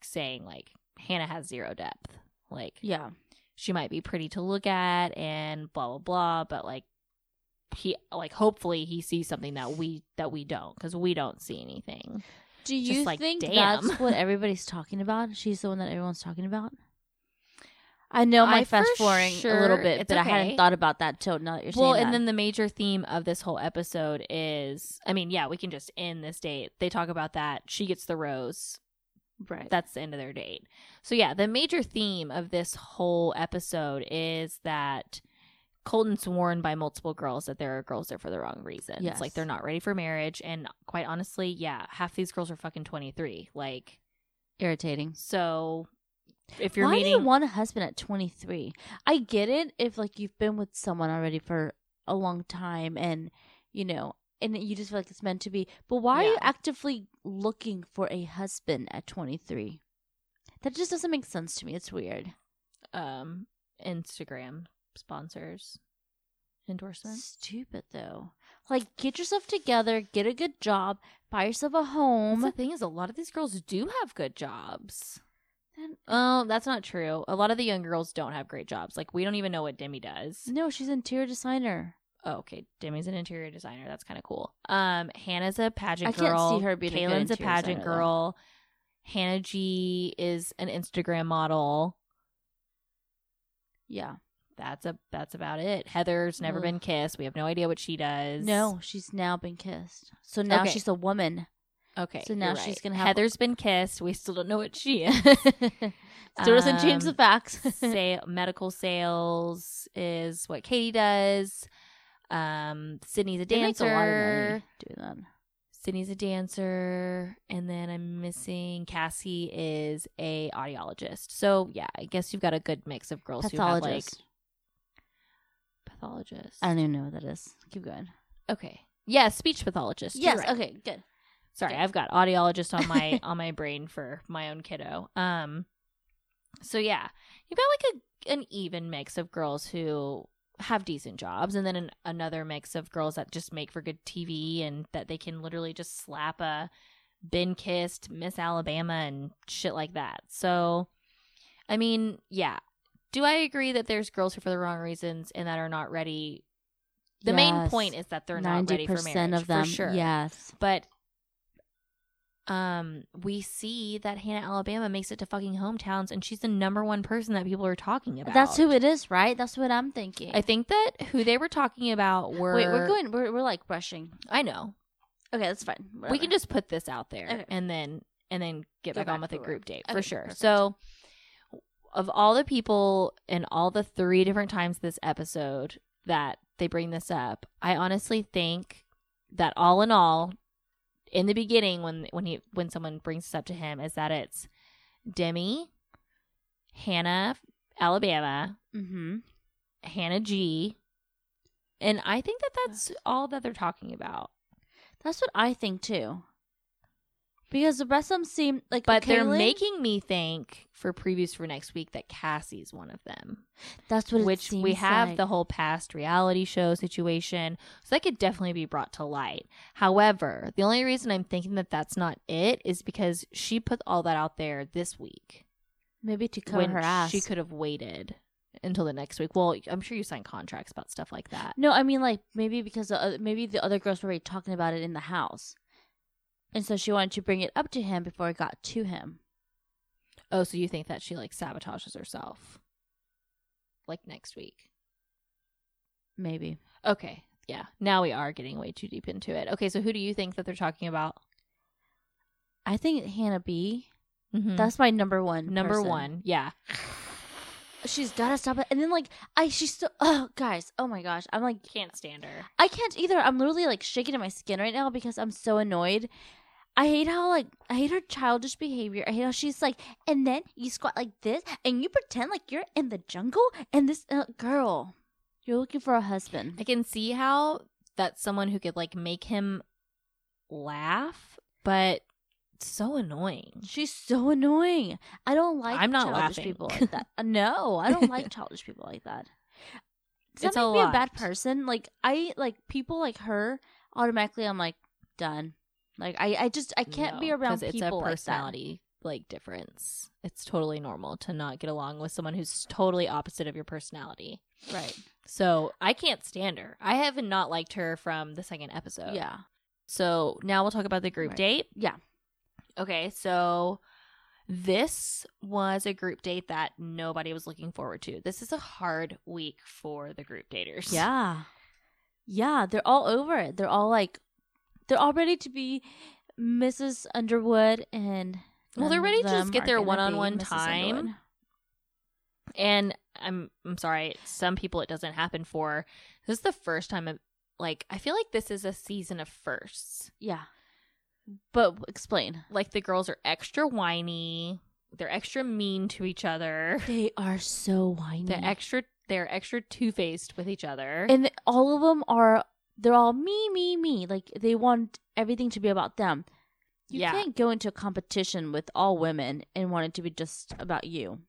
saying like Hannah has zero depth. Like
Yeah.
she might be pretty to look at and blah blah blah but like he like hopefully he sees something that we that we don't because we don't see anything
Do
Just
you
like,
think
damn.
that's what everybody's talking about? She's the one that everyone's talking about. I know my
I for
fast forwarding a little
sure- it's
bit, but I
okay.
hadn't thought about that till now that you're saying
well and
that.
then the major theme of this whole episode is i mean yeah we can just end this date they talk about that she gets the rose
right.
that's the end of their date so yeah the major theme of this whole episode is that colton's warned by multiple girls that there are girls there for the wrong reasons
Yes.
like they're not ready for marriage and quite honestly yeah half these girls are fucking 23 like
irritating.
So if you're
Why do
meeting
you want a husband at 23? I get it if like you've been with someone already for a long time and you know and you just feel like it's meant to be. But why are you
Yeah.
actively looking for a husband at 23? That just doesn't make sense to me. It's weird.
um Instagram sponsors endorsements.
Stupid though. Like get yourself together, get a good job, buy yourself a home.
the thing is, a lot of these girls do have good jobs. Oh, that's not true. A lot of the young girls don't have great jobs. Like we don't even know what Demi does.
no, she's interior designer.
Oh, okay, Demi's an interior designer. That's kind of cool. Um, Hannah's a pageant
I can't
girl.
see her being a good
Kaylin's a,
interior
pageant
designer, though.
girl. Hannah G is an Instagram model.
Yeah.
That's a that's about it. Heather's never
Ugh.
been kissed. We have no idea what she does.
No, she's now been kissed. So now
Okay.
she's a woman.
Okay.
So now
you're
she's
right.
gonna have-
Heather's been kissed. We still don't know what she is.
Still doesn't change the
Um,
facts.
Sa- medical sales is what Katie does. Um, Sydney's a
They make a lot of money
dancer.
doing that.
Sydney's a dancer, and then I'm missing Cassie is a audiologist. So yeah, I guess you've got a good mix of girls who have like
Pathologist.
pathologists.
I don't even know what that is. Keep going.
okay, yeah, speech pathologist. You're right.
Okay. Good.
Sorry,
Okay.
I've got audiologist on my on my brain for my own kiddo. Um so yeah, you've got like a an even mix of girls who have decent jobs and then an, another mix of girls that just make for good TV and that they can literally just slap a been kissed Miss Alabama and shit like that. So I mean, yeah. Do I agree that there's girls who for the wrong reasons and that are not ready? The main
Yes.
point is that they're not ready
ninety
for marriage
percent of them.
for sure
Yes.
but um we see that Hannah Alabama makes it to fucking hometowns and she's the number one person that people are talking about.
That's who it is, right? That's what I'm thinking.
I think that who they were talking about were
Wait, we're going. We're, we're like rushing.
I know.
Okay, that's fine.
We can just put this out there
Okay.
and then and then get
Go
back, on
back
with a
to
group
work.
date for
Okay,
sure.
perfect.
So of all the people and all the three different times this episode that they bring this up, I honestly think that all in all, in the beginning when when he when someone brings this up to him is that it's Demi, Hannah, Alabama,
Mm-hmm.
Hannah G, and I think that that's all that they're talking about.
That's what I think too. Because the rest of them seem like,
But they're
Kaylin-
making me think for previews for next week that Cassie's one of them,
That's what it
which we
seems
have
like.
the whole past reality show situation. So that could definitely be brought to light. However, the only reason I'm thinking that that's not it is because she put all that out there this week
maybe to cover
when
her ass.
she could have waited until the next week. Well, I'm sure you sign contracts about stuff like that.
No, I mean like maybe because the other, maybe the other girls were already talking about it in the house, and so she wanted to bring it up to him before it got to him.
Oh, so you think that she like sabotages herself like next week?
Maybe
Okay. Yeah. Now we are getting way too deep into it. Okay. So who do you think that they're talking about?
I think Hannah B.
Mhm.
That's my number one.
number
person.
one. Yeah.
She's gotta stop it. And then like I, she's so. Oh, guys. Oh my gosh. I'm like
Can't stand her.
I can't either. I'm literally like shaking in my skin right now because I'm so annoyed. I hate how like I hate her childish behavior. I hate how she's like, and then you squat like this and you pretend like you're in the jungle and this uh, girl. You're looking for a husband.
I can see how that's someone who could like make him laugh, but so annoying.
She's so annoying. I don't like
I'm not
childish
laughing.
people like that. No, I don't like childish people like that. Does that
It's a
make me a bad
lot.
person? Like I like people like her automatically I'm like done. Like I, I just I can't be
No,
around
'cause it's
people
a
like
personality like, difference. It's totally normal to not get along with someone who's totally opposite of your personality.
that. Right.
So I can't stand her. I have not liked her from the second episode.
Yeah.
So now we'll talk about the group
Right.
date.
Yeah.
Okay, so this was a group date that nobody was looking forward to. This is a hard week for the group daters.
Yeah. Yeah, they're all over it. They're all like they're all ready to be Mrs. Underwood and
Well, they're
none of
ready to just
them
get
are
their
gonna be
one-on-one
Mrs.
time.
Underwood.
And I'm I'm sorry, some people it doesn't happen for. This is the first time I'm, like I feel like this is a season of firsts.
Yeah. But explain.
Like the girls are extra whiny. they're extra mean to each other.
They are so whiny.
They're extra they're extra two faced with each other.
Mm. and all of them are they're all me me me like they want everything to be about them you
Yeah.
can't go into a competition with all women and want it to be just about you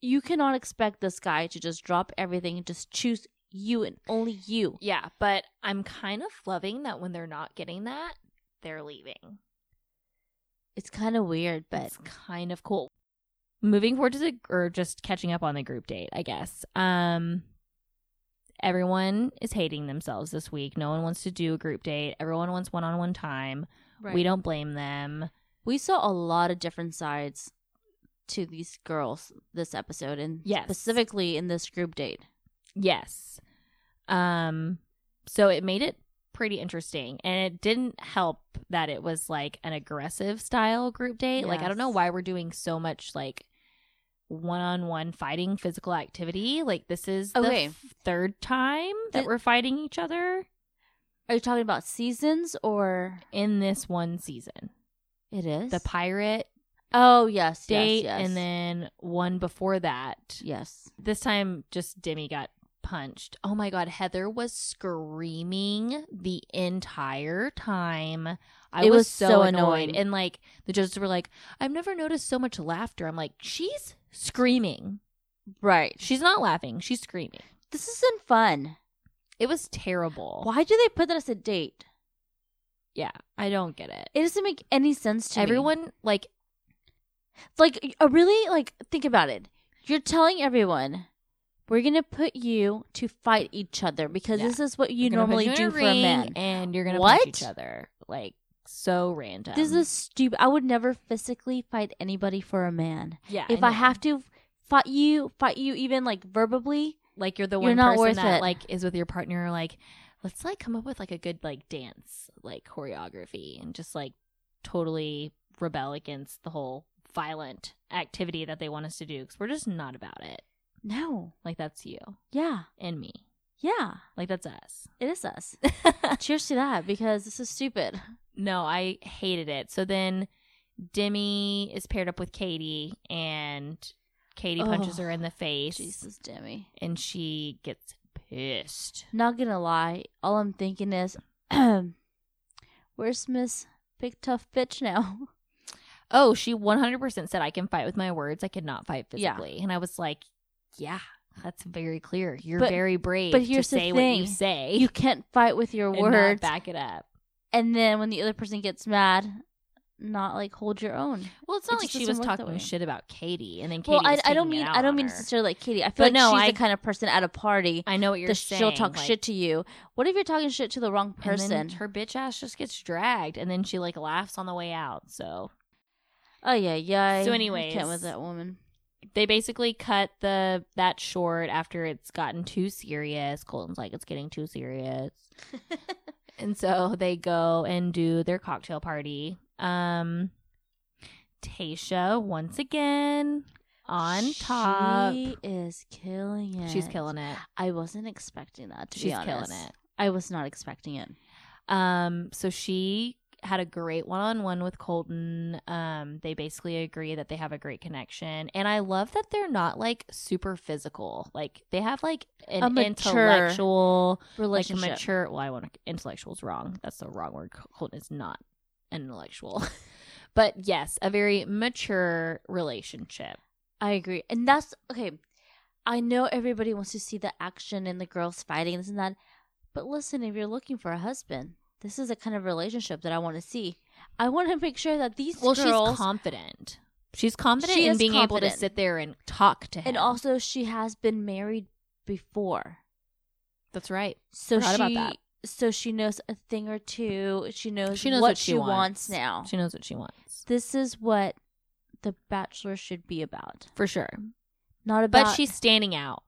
you cannot expect this guy to just drop everything and just choose you and only you
yeah, but I'm kind of loving that when they're not getting that, they're leaving.
it's kind of weird but
That's kind of cool. Moving forward to the or just catching up on the group date, I guess. Um everyone is hating themselves this week. No one wants to do a group date. Everyone wants one-on-one time. We don't blame them.
we saw a lot of different sides to these girls this episode and
Yes.
specifically in this group date
Yes. Um so it made it pretty interesting and it didn't help that it was like an aggressive style group date. Like I don't know
Yes.
why we're doing so much like one-on-one fighting physical activity. Like this is the
Okay.
f- third time that
Th-
we're fighting each other
are you talking about seasons or
in this one season.
it is
The pirate
Oh yes,
date
yes, yes.
and then one before that.
yes,
This time, just Demi got punched. Oh my God. Heather was screaming the entire time. I
It
was,
was
so,
so
annoyed.
annoying.
And like the judges were like, I've never noticed so much laughter. I'm like, she's screaming.
right.
She's not laughing. She's screaming.
This isn't fun.
It was terrible.
Why do they put that as a date?
Yeah. I don't get it.
It doesn't make any sense to me.
Everyone, like,
like uh, really like think about it. You're telling everyone we're gonna put you to fight each other because
Yeah.
this is what you
we're gonna put
normally
in
do
a
for a
ring
man.
And you're going to
What?
punch each other. Like, so random.
This is stupid. I would never physically fight anybody for a man.
yeah.
if I,
know.
have to fight you, fight you even like verbally.
like you're the
You're
one
not
person
worth
that
it.
like is with your partner like let's like come up with like a good like dance like choreography and just like totally rebel against the whole violent activity that they want us to do because we're just not about it
No.
like that's you
Yeah.
and me
Yeah.
like that's us
It is us. Cheers to that because this is stupid.
no i hated it so then demi is paired up with katie and katie punches
Oh,
her in the face
Jesus, Demi.
and she gets pissed
Not gonna lie, all I'm thinking is, where's Miss Big Tough Bitch now?
Oh, she 100% said, I can fight with my words. I could not fight
Yeah.
physically. And I was like, yeah, that's very clear. You're
But-
very brave
but
to
here's the
say what you
thing.
say.
You can't fight with your
and not
words,
back it up.
and then when the other person gets mad, not like hold your own.
Well, it's
not
not like
It like just she
she
doesn't
was
was work that talking
talking
way.
shit
shit
about Katie. And then Katie
well, I, I don't mean I don't mean necessarily like Katie. I
But
feel like
no,
she's
I-
the kind of person at a party
I know what you're
that
saying.
she'll talk
like-
shit to you. What if you're talking shit to the wrong
and
person?
then her bitch ass just gets dragged. And then she like laughs on the way out. So
oh yeah, yeah.
So
anyway, I
anyways,
can't with that woman.
they basically cut the that short after it's gotten too serious. Colton's like, it's getting too serious. and so they go and do their cocktail party. Um Tasha once again on top.
she is killing it.
She's killing it.
I wasn't expecting that to
She's
be honest.
killing it.
I was not expecting it.
Um, so she had a great one-on-one with Colton. Um, they basically agree that they have a great connection, and I love that they're not like super physical. Like they have like an
A mature
intellectual, like
Relationship.
mature. Well, I want to, intellectual's wrong. That's the wrong word. Colton is not an intellectual, but yes, a very mature relationship.
I agree. And that's okay. I know everybody wants to see the action and the girls fighting and this and that. But listen, if you're looking for a husband, this is the kind of relationship that I want to see. I want to make sure that these
Well,
girls
she's confident. She's confident
She
in
is
being able to
confident.
sit there and talk to him.
and also she has been married before.
that's right.
So
Forgot about
she
that.
so she knows a thing or two. She knows,
She knows
what,
what she
she
wants.
wants now.
She knows what she wants.
this is what the bachelor should be about.
For sure.
Not
But
about
she's standing out.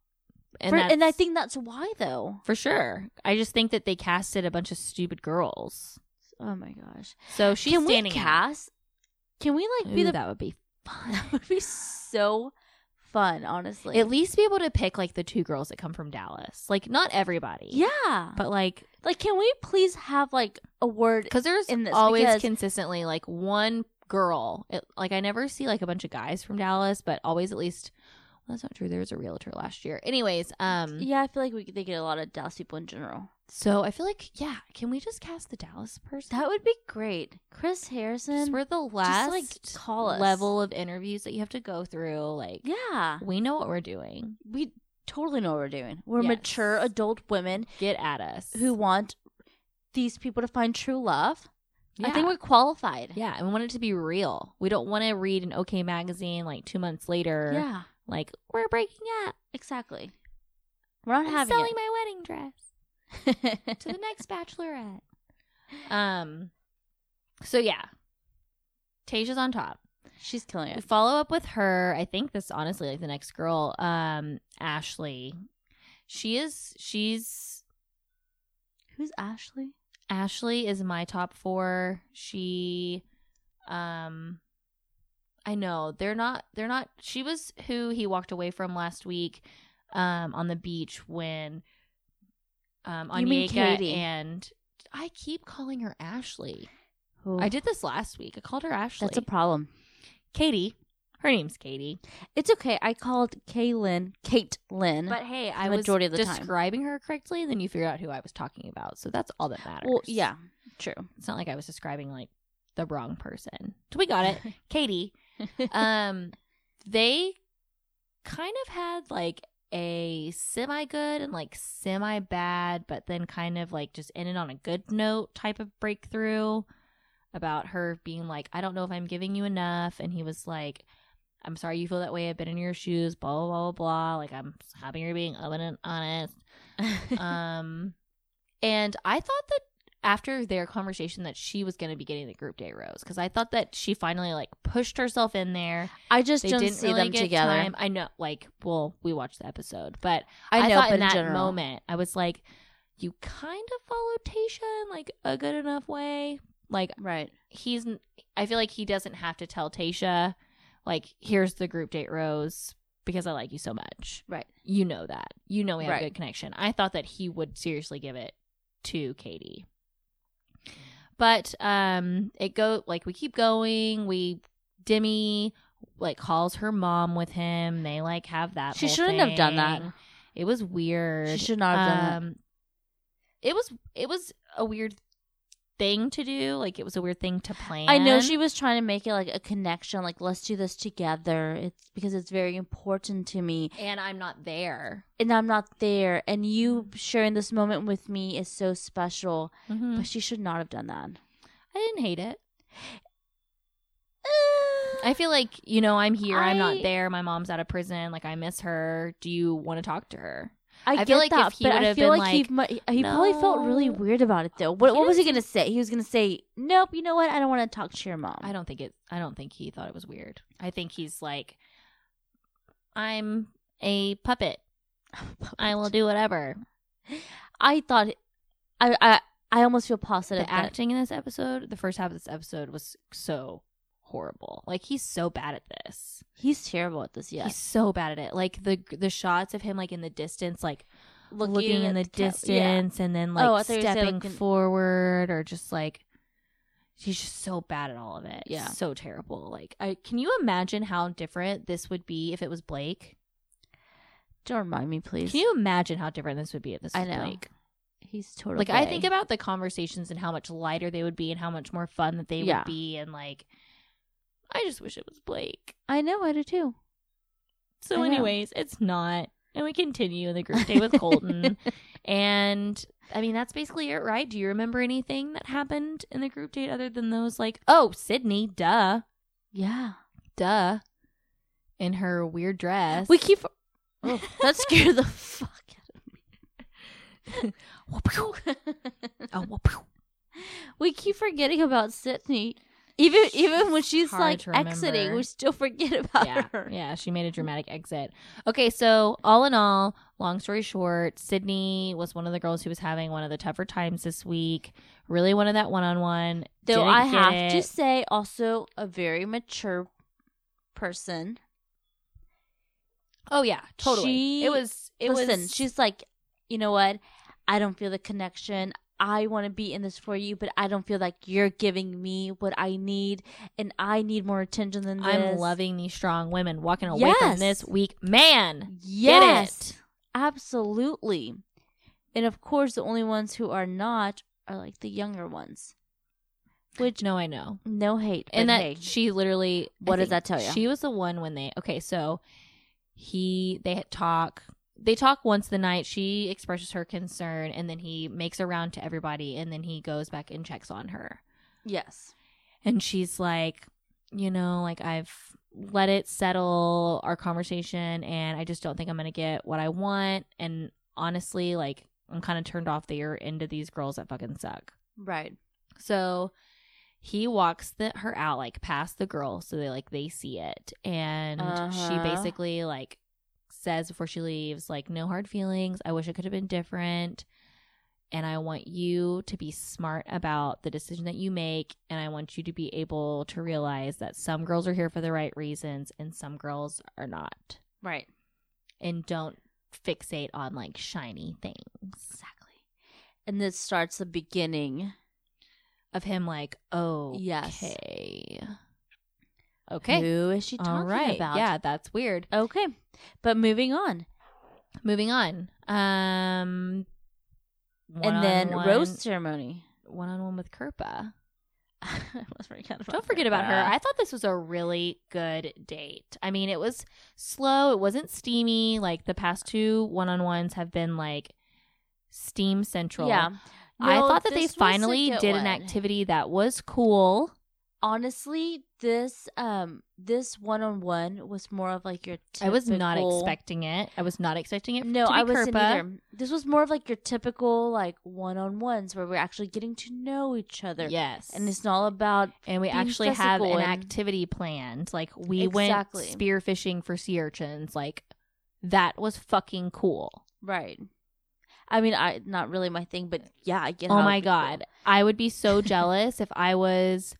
And,
For-
that's,
and I think that's why, though.
for sure. I just think that they casted a bunch of stupid girls.
Oh my gosh!
So she's
Can we
standing out.
cast? Can we like be
Ooh,
the?
that would be
That would be so fun, honestly.
at least be able to pick like the two girls that come from Dallas. Like not everybody.
yeah.
But like
Like, can we please have like a word?
cuz there's
In this,
always
because-
consistently like one girl. It, like I never see like a bunch of guys from Dallas, but always at least well, that's not true. There was a realtor last year. Anyways, um
Yeah, I feel like we they get a lot of Dallas people in general.
so I feel like yeah, can we just cast the Dallas person?
That would be great. Chris
Just
Harrison.
we're the last
like, call us.
level of interviews that you have to go through. Like
yeah.
we know what we're doing.
We totally know what we're doing. We're
Yes.
mature adult women
Get at us.
who want these people to find true love. I
Yeah.
think we're qualified.
Yeah, and we want it to be real. We don't want to read an OK magazine like two months later.
Yeah,
Like, we're breaking up.
exactly. We're not
I'm
having
selling my wedding dress
it.
to the next bachelorette. Um so yeah. Tasha's on top.
She's killing
We
it.
follow up with her. I think this honestly, like the next girl, um, Ashley. She is she's
Who's Ashley?
Ashley is my top four. She, um, I know they're not. They're not. She was who he walked away from last week, um, on the beach when, um,
You mean
Onyeka
Katie.
and I keep calling her Ashley.
Ooh,
I did this last week. I called her Ashley.
That's a problem.
Katie. Her name's Katie.
It's okay. I called Kaylin Kate Lynn.
But hey, I
The majority
was
of the time.
describing her correctly. Then you figured out who I was talking about. So that's all that matters.
well, yeah, true.
It's not like I was describing like the wrong person. So we got it. Katie. Um they kind of had like a semi good and like semi bad, but then kind of like just ended on a good note type of breakthrough about her being like, I don't know if I'm giving you enough and he was like I'm sorry you feel that way. I've been in your shoes. Blah blah blah blah. blah. Like I'm happy you're being open and honest um and i thought that after their conversation that she was going to be getting the group day rose because i thought that she finally like pushed herself in there
I just
they
don't
didn't
see
really
them
get
together.
time i know like well we watched the episode but
I know,
thought
but
in
in
that
general.
moment i was like you kind of followed tasha in like a good enough way like
Right.
he's n- i feel like he doesn't have to tell tasha like here's the group date rose because i like you so much
Right.
you know that you know we have
Right.
a good connection i thought that he would seriously give it to katie but um it go like we keep going we demi like calls her mom with him they like have that
She
whole
shouldn't have done that.
thing. it was weird
She should not have done that.
um, It was it was a weird thing to do. Like it was a weird thing to plan.
I know she was trying to make it like a connection, like let's do this together. It's because it's very important to me,
and I'm not there.
and I'm not there, and you sharing this moment with me is so special.
But
But she should not have done that.
I didn't hate it. I feel like you know I'm here. I, am
I-
not there. My mom's out of prison. Like I miss her. Do you want to talk to her?
I,
feel
get
like if
that,
he
but
would
I
have
feel
been
like, he, mu- he probably felt really
"No."
weird about it though. What,
He
what was he gonna say? He was gonna say, "Nope, you know what? I don't want to talk to your mom."
I don't think it. I don't think he thought it was weird. I think he's like, I'm a puppet. I will do whatever.
I thought, I I I almost feel positive.
the
that-
acting in this episode, the first half of this episode was so horrible. Like he's so bad at this.
he's terrible at this.
He's
Yes,
so bad at it. Like the the shots of him like in the distance, like looking, in the,
at ca- yeah.
distance, and then like
Oh, I thought you were saying
stepping
looking-
forward, or just like he's just so bad at all of it.
Yeah.
so terrible. Like, I, can you imagine how different this would be if it was Blake?
Don't remind me, please.
Can you imagine how different this would be if this
I
was
know.
Blake?
He's totally
like i think about the conversations and how much lighter they would be and how much more fun that they
Yeah.
would be and like i just wish it was blake
I know I do too. I
so
know.
anyways it's not and we continue the group day with colton and i mean that's basically it right do you remember anything that happened in the group date other than those like oh sydney duh
Yeah,
duh in her weird dress
we keep. Oh, that scared the fuck
oh,
out of me.
whoop-pew.
we keep forgetting about Sydney. Even even when
She's
she's
hard
like
to
exiting,
remember.
we still forget about
yeah,
her.
Yeah, she made a dramatic exit. Okay, so all in all, long story short, Sydney was one of the girls who was having one of the tougher times this week. Really wanted that one on one.
Though I have to say, also a very mature person.
Oh yeah, totally.
She-
it was it
Listen,
was
she's like, you know what? I don't feel the connection. I want to be in this for you, but I don't feel like you're giving me what I need, and I need more attention than this.
I'm loving these strong women walking away from
Yes.
this weak man.
Yes, absolutely. And of course, the only ones who are not are like the younger ones.
Which no, I know.
No hate,
and
but
that
hey.
she literally
What
I
does
think
that tell ya?
she was the one when they okay so he they had talk they talk once the night she expresses her concern and then he makes a round to everybody and then he goes back and checks on her
yes,
and she's like you know like i've let it settle our conversation and i just don't think i'm gonna get what i want and honestly like i'm kind of turned off that you're into these girls that fucking suck
right,
so he walks the, her out like past the girl so they like they see it and she
Uh-huh.
basically like says before she leaves like no hard feelings i wish it could have been different and i want you to be smart about the decision that you make and i want you to be able to realize that some girls are here for the right reasons and some girls are not
right,
and don't fixate on like shiny things
exactly. And this starts the beginning.
of him like oh
Yes.
okay okay
who is she talking
All right.
about?
Yeah, that's weird.
okay. But moving on,
Moving on. Um
and then
one-on-one-
rose ceremony.
one on one with Kerpa.
I almost forgot about
Don't forget about her.
Kerpa.
I thought this was a really good date. I mean, it was slow, it wasn't steamy. Like the past two one on ones have been like steam central.
yeah,
I
No,
thought that they
this was a
finally
good
did an
one.
activity that was cool.
Honestly, this um this one on one was more of like your. Typical...
I was not expecting it. I was not expecting it.
No,
to be
I wasn't
Kerpa.
either. This was more of like your typical like one on ones where we're actually getting to know each other.
Yes,
And it's not about
and we
being
actually have
physical
an
and-
activity planned. Like we
Exactly.
went spear fishing for sea urchins. Like that was fucking cool.
right. I mean, I not really my thing, but yeah, I get.
oh
how
my
it'd be cool.
god, I would be so jealous if I was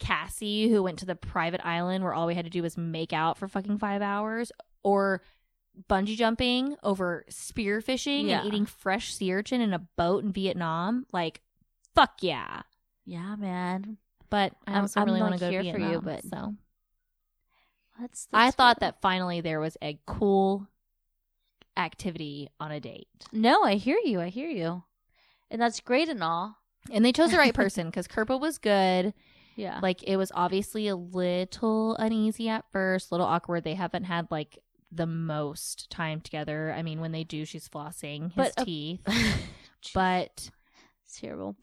Cassie, who went to the private island where all we had to do was make out for fucking five hours, or bungee jumping over spear fishing
Yeah.
and eating fresh sea urchin in a boat in Vietnam. Like fuck yeah.
Yeah, man.
But I
I'm-
also
I'm
really
not
want to go to
here for you,
Vietnam.
but-
so.
That's,
I
that's
thought
good.
that finally there was a cool activity on a date.
No, I hear you. I hear you, and that's great and all.
And they chose the right person because Kerpa was good.
Yeah.
Like it was obviously a little uneasy at first, a little awkward. They haven't had like the most time together. I mean, when they do, she's flossing his
But, uh,
teeth. but
It's terrible.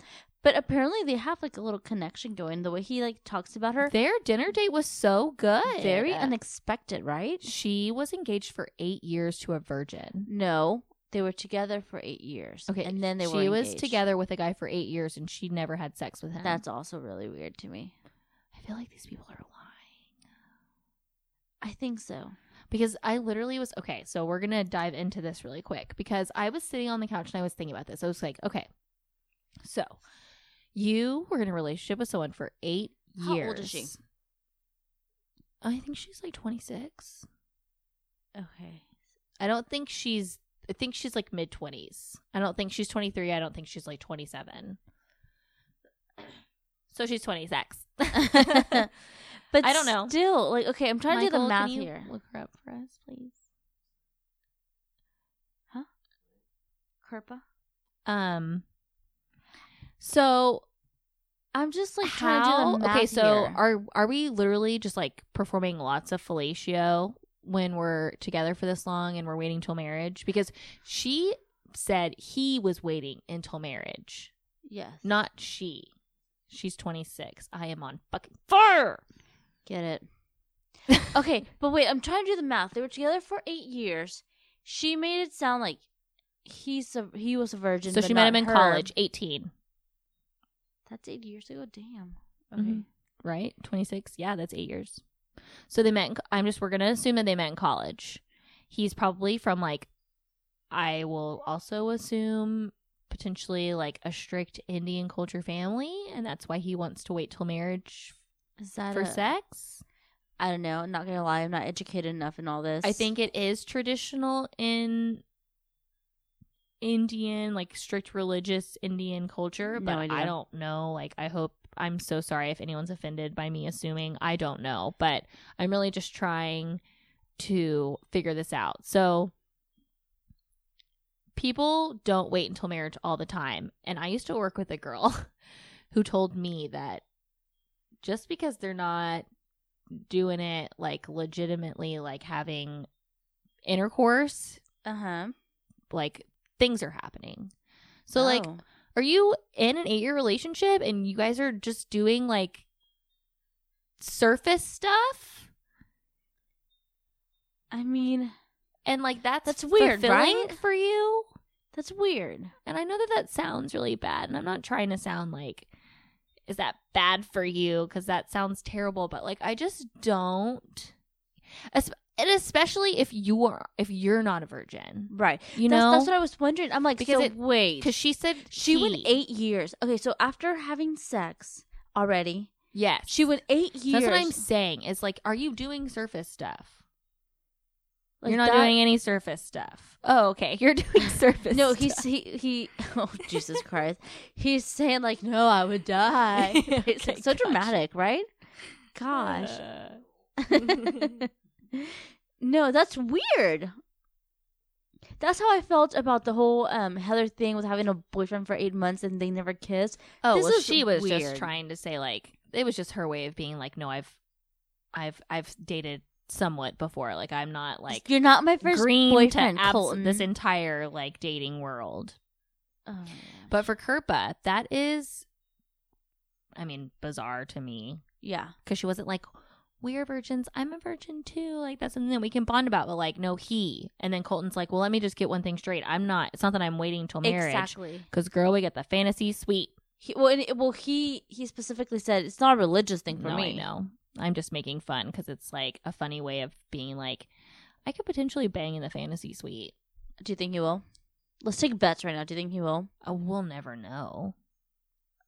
But apparently they have like a little connection going. The way he like talks about her,
their dinner date was so good.
very unexpected, right?
She was engaged for eight years to a virgin.
No, they were together for eight years.
Okay,
and then they
she
were
was
engaged.
together with a guy for eight years, and she never had sex with him.
That's also really weird to me.
I feel like these people are lying.
I think so.
Because I literally was okay, so we're gonna dive into this really quick because I was sitting on the couch and I was thinking about this. I was like, okay, so you were in a relationship with someone for eight
How
years.
old is she?
I think she's like twenty six.
Okay.
I don't think she's I think she's like mid twenties. I don't think she's twenty three. I don't think she's like twenty seven. So she's twenty six.
But
I don't know.
Still, like, okay, I'm trying to do
Michael,
the
can
math
you
here.
Look her up for us, please.
Kerpa,
Um. So
I'm just like trying to
how?
do the math
Okay, so
here.
are are we literally just like performing lots of fellatio when we're together for this long and we're waiting till marriage? Because she said he was waiting until marriage,
yes,
not she. She's twenty six. I am on fucking fire.
get it. okay, but wait, I'm trying to do the math. They were together for eight years. She made it sound like he's a, he was a virgin.
So
but
she met
not
him in
her.
college, eighteen,
That's eight years ago. Damn. Okay.
Mhm. right? Twenty six. Yeah, that's eight years. So they met. In, co- I'm just. We're gonna assume that they met in college. He's probably from like. I will also assume potentially like a strict Indian culture family, and that's why he wants to wait till marriage
Is that
for
a-
sex.
I don't know. I'm not gonna lie. I'm not educated enough in all this.
I think it is traditional in Indian, like strict religious Indian culture,
No
but
idea.
I don't know. Like, I hope I'm so sorry if anyone's offended by me assuming. I don't know, but I'm really just trying to figure this out. So, people don't wait until marriage all the time. And I used to work with a girl who told me that just because they're not doing it like legitimately, like having intercourse,
Uh huh.
like things are happening. So like
Oh.
are you in an 8-year relationship and you guys are just doing like surface stuff?
I mean,
And like that's
That's weird,
fulfilling
right?
For you?
that's weird.
And I know that that sounds really bad and I'm not trying to sound like is that bad for you cuz that sounds terrible, but like I just don't es- and especially if you are if you're not a virgin.
Right.
You
that's,
know?
that's what I was wondering. I'm like,
Because
so
it-
wait.
Cuz she said
she went
he.
eight years. Okay, so after having sex already,
Yes.
she went eight years.
That's what I'm saying. Is like, are you doing surface stuff?
Like
you're not
that-
doing any surface stuff. Oh, okay. You're doing surface.
No,
stuff.
he's he he. Oh Jesus Christ! He's saying like, no, I would
uh,
die. It's
Okay,
so
gosh.
dramatic, right? Gosh.
Uh,
no, that's weird. That's how I felt about the whole um, Heather thing with having a boyfriend for eight months and they never kissed.
oh,
This
well,
is
she was
weird.
just trying to say like it was just her way of being like, no, I've, I've, I've dated somewhat before. Like I'm not like
You're not my first
green
boyfriend,
to abs-
Colton.
this entire like dating world.
Oh, my God.
But for Kerpa, that is, I mean, bizarre to me.
yeah,
because she wasn't like we're virgins i'm a virgin too like that's something that we can bond about but like no he and then colton's like well let me just get one thing straight i'm not it's not that i'm waiting till marriage
exactly.
because girl we get the fantasy suite
He, well, and, it- well, he he specifically said it's not a religious thing for
no,
me.
i know i'm just making fun because it's like a funny way of being like i could potentially bang in the fantasy suite
Do you think he will? Let's take bets right now. Do you think he will?
uh, we'll never know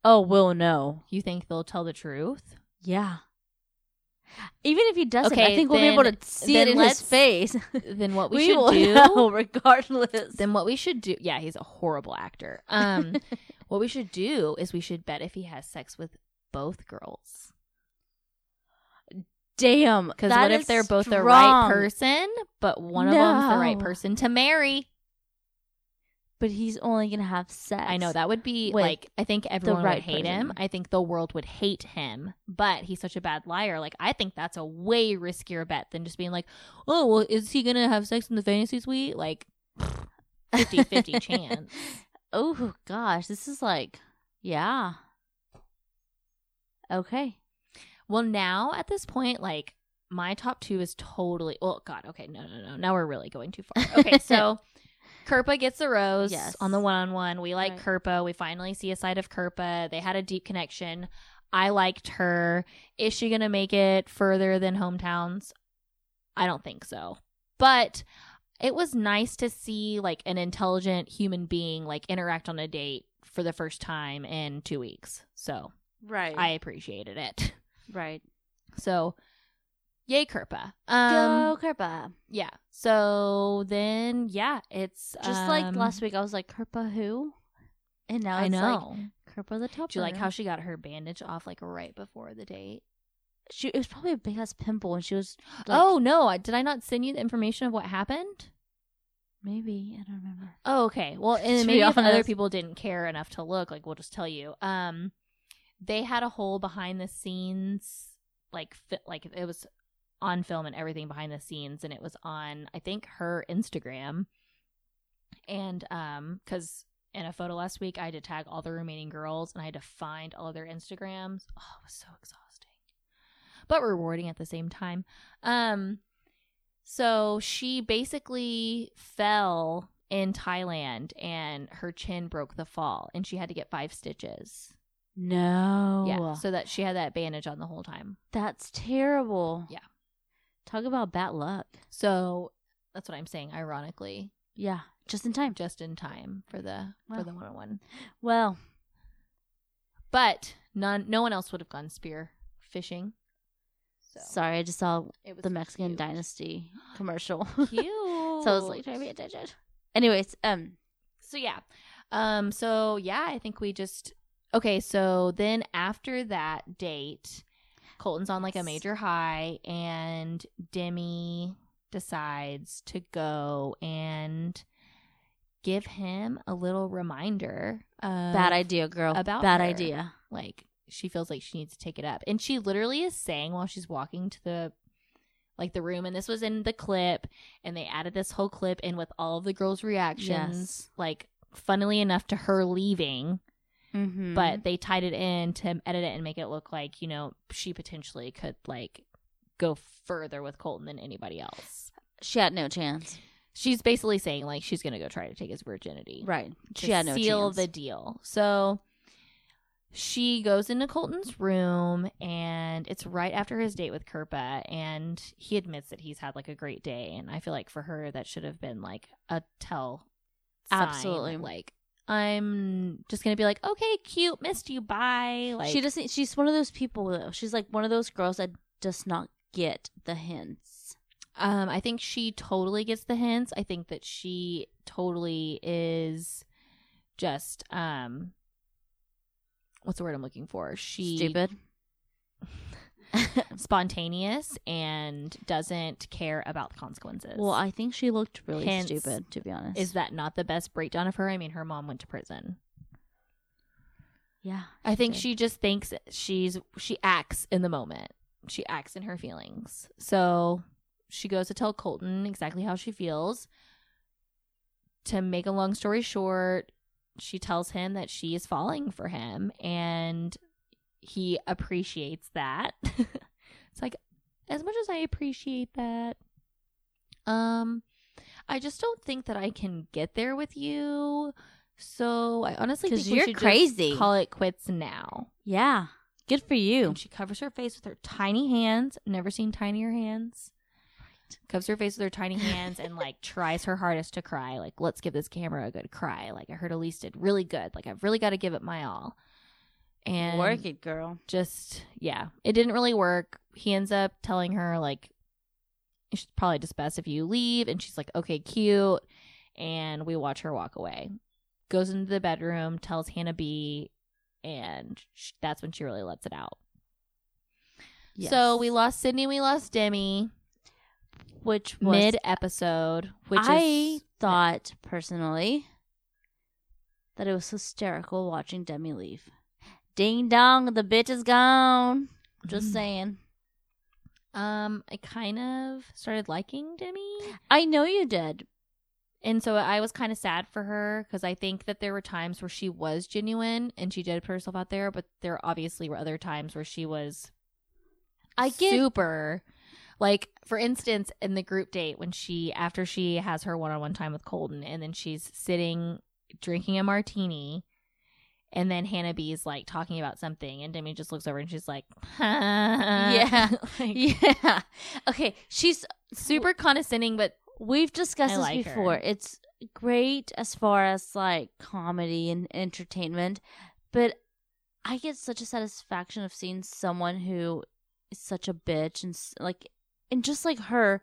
Oh, will no.
you think they'll tell the truth
Yeah. Even if he doesn't, I
Okay,
think we'll be able to
then-
see
then
it in his
let's-
face.
then what we,
we
should
will
do
know regardless.
Then what we should do? Yeah, he's a horrible actor. Um, what we should do is we should bet if he has sex with both girls.
Damn,
Because
that
what if
is
they're both the
strong.
right person, but one of them's the right
No.
person to marry?
But he's only gonna have sex.
I know that would be
With
like I think everyone
right
would hate him.
person.
I think the world would hate him. But he's such a bad liar. Like I think that's a way riskier bet than just being like, oh, well, is he gonna have sex in the fantasy suite? Like 50-50 chance.
Oh gosh, this is like, yeah. Okay.
Well, now at this point, like my top two is totally. Well, God, okay, no, no, no. Now we're really going too far. Okay, so Kerpa gets the rose
Yes.
on the one-on-one. We like
Right.
Kerpa. We finally see a side of Kerpa. They had a deep connection. I liked her. Is she gonna make it further than hometowns? I don't think so. But it was nice to see like an intelligent human being like interact on a date for the first time in two weeks. So
Right.
I appreciated it.
right.
So, yay, Kerpa. Um,
Go Oh, Kerpa.
yeah. So then, yeah, it's
Just like
um,
last week, I was like Kerpa who, and now
I
it's
know.
like Kerpa the top.
Do you like how she got her bandage off like right before the date?
she? It was probably a big ass pimple, and she was. Like,
oh no! I- Did I not send you the information of what happened?
maybe I don't remember.
Oh, okay. Well,
To
and
be
maybe if other
honest.
people didn't care enough to look, like we'll just tell you. Um, they had a whole behind the scenes, like fi- like it was on film and everything behind the scenes, and it was on I think her Instagram, and um, because in a photo last week I had to tag all the remaining girls and I had to find all of their Instagrams. Oh, it was so exhausting, but rewarding at the same time. Um. So she basically fell in Thailand and her chin broke the fall and she had to get five stitches.
No.
Yeah. So that she had that bandage on the whole time.
That's terrible.
Yeah.
Talk about bad luck.
So that's what I'm saying, ironically.
Yeah. Just in time.
Just in time for the
Wow.
for the one on one.
Well,
But none no one else would have gone spear fishing. So
sorry, I just saw
it was
the Mexican
cute.
dynasty commercial.
Cute.
so I was like trying to pay attention. Anyways, um,
So yeah. Um so yeah, I think we just Okay, so then after that date, Colton's on like a major high and Demi decides to go and give him a little reminder of
Bad idea, girl.
about
Bad
her.
idea.
like she feels like she needs to take it up and she literally is saying while she's walking to the like the room and this was in the clip and they added this whole clip in with all of the girls reactions
Yes.
like funnily enough to her leaving
Mm-hmm.
but they tied it in to edit it and make it look like you know she potentially could like go further with colton than anybody else
she had no chance.
she's basically saying like she's gonna go try to take his virginity
Right.
to
She had no
seal
chance.
the deal. So she goes into Colton's room and it's right after his date with Kerpa and he admits that he's had like a great day and I feel like for her that should have been like a tell sign.
Absolutely.
like I'm just going to be like okay cute missed you bye like
she doesn't. She's one of those people. Though. She's like one of those girls that does not get the hints.
Um, I think she totally gets the hints. I think that she totally is just um, what's the word I'm looking for? She
Stupid.
spontaneous and doesn't care about the consequences.
Well, I think she looked really
Hints
stupid, to be honest.
is that not the best breakdown of her? I mean, her mom went to prison.
Yeah.
I think
did.
she just thinks she's she acts in the moment. She acts in her feelings. So she goes to tell Colton exactly how she feels. To make a long story short, she tells him that she is falling for him and he appreciates that. it's like as much as I appreciate that um I just don't think that I can get there with you. So I honestly think
'Cause
we
you're
should just
crazy.
call it quits now.
Yeah. Good for you.
And she covers her face with her tiny hands. Never seen tinier hands. Covers her face with her tiny hands and like tries her hardest to cry. Like, let's give this camera a good cry. Like, I heard Elise did really good. Like, I've really got to give it my all. And
Work it, girl.
just yeah it didn't really work he ends up telling her like it's probably just best if you leave and she's like okay cute and we watch her walk away goes into the bedroom tells hannah b and sh- that's when she really lets it out so we lost sydney we lost demi
which was,
mid episode which
I
is
thought personally that it was hysterical watching Demi leave. Ding dong, the bitch is gone. Just
Mhm.
saying.
um i kind of started liking demi
I know you did.
And so I was kind of sad for her because I think that there were times where she was genuine and she did put herself out there, but there obviously were other times where she was
I get
super. Like, for instance, in the group date, when she, after she has her one on one time with Colton, and then she's sitting drinking a martini, and then Hannah B is like talking about something, and Demi just looks over and she's like,
Yeah.
Like,
Uh, Yeah. Okay, she's
super condescending, but
we've discussed
I
this
like her.
before. It's great as far as like comedy and entertainment, but I get such a satisfaction of seeing someone who is such a bitch and s- like and just like her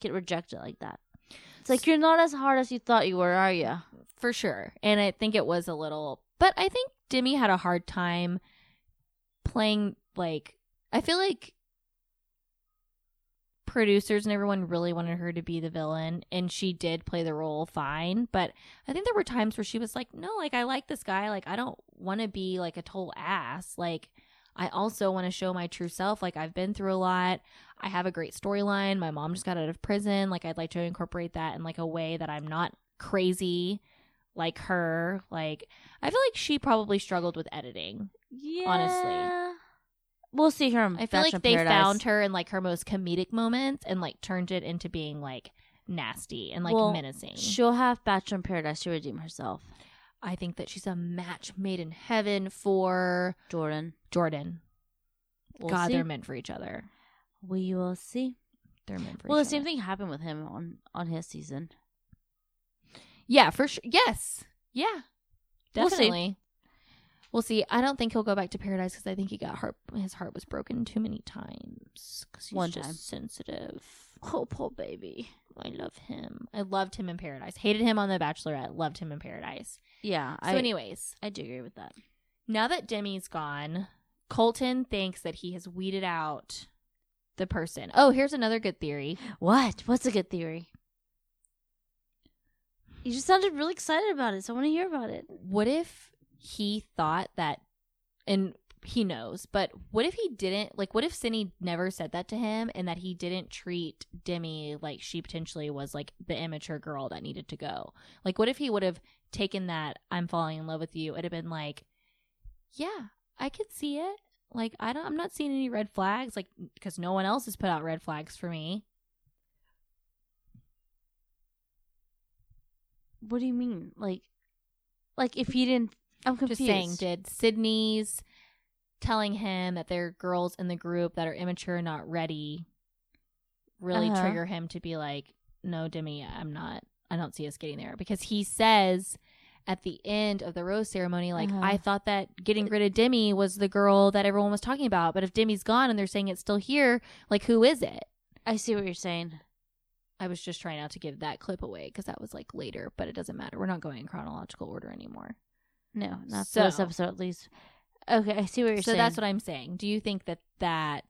get rejected like that. It's like you're not as hard as you thought you were, are you?
for sure. And I think it was a little, but I think Demi had a hard time playing. Like, I feel like producers and everyone really wanted her to be the villain, and she did play the role fine. But I think there were times where she was like, "No, like I like this guy. Like I don't want to be like a total ass. Like." I also want to show my true self. Like, I've been through a lot. I have a great storyline. My mom just got out of prison. Like, I'd like to incorporate that in like a way that I'm not crazy like her. Like I feel like she probably struggled with editing.
Yeah.
Honestly.
We'll see her in
I feel
Bachelor
like they
Paradise.
found her in like her most comedic moments and like turned it into being like nasty and like
Well,
menacing.
She'll have Bachelor in Paradise to redeem herself.
I think that she's a match made in heaven for
Jordan.
Jordan.
We'll
God,
see.
they're meant for each other.
we will see.
They're meant for
Well, the
each
same
other.
thing happened with him on on his season.
Yeah, for sure. Yes. Yeah.
We'll see.
Definitely. We'll see. I don't think he'll go back to paradise because I think he got heart. His heart was broken too many times because he's
One
just
time.
sensitive.
Oh, poor baby.
I love him. I loved him in Paradise. Hated him on The Bachelorette. Loved him in Paradise.
Yeah.
So,
I,
anyways,
I do agree with that.
now that Demi's gone, Colton thinks that he has weeded out the person. Oh, here's another good theory.
What? What's a good theory? You just sounded really excited about it, so I want to hear about it.
What if he thought that, and he knows, but what if he didn't, like, what if Cindy never said that to him and that he didn't treat Demi like she potentially was like the immature girl that needed to go? Like, what if he would have taken that, I'm falling in love with you, it'd have been like, yeah, I could see it. Like, I don't, I'm not seeing any red flags, like, because no one else has put out red flags for me.
What do you mean? Like, like if he didn't, I'm confused.
Just saying, did Sydney's telling him that there are girls in the group that are immature, not ready, really
Uh-huh.
trigger him to be like, no, Demi, I'm not, I don't see us getting there? Because he says at the end of the rose ceremony, like,
Uh-huh.
I thought that getting rid of Demi was the girl that everyone was talking about. But if Demi's gone and they're saying it's still here, like, who is it?
I see what you're saying.
I was just trying not to give that clip away because that was like later, but it doesn't matter. We're not going in chronological order anymore.
No, not for this
So-
episode Um, at least. Okay, I see what you're
so
saying.
that's what I'm saying. Do you think that that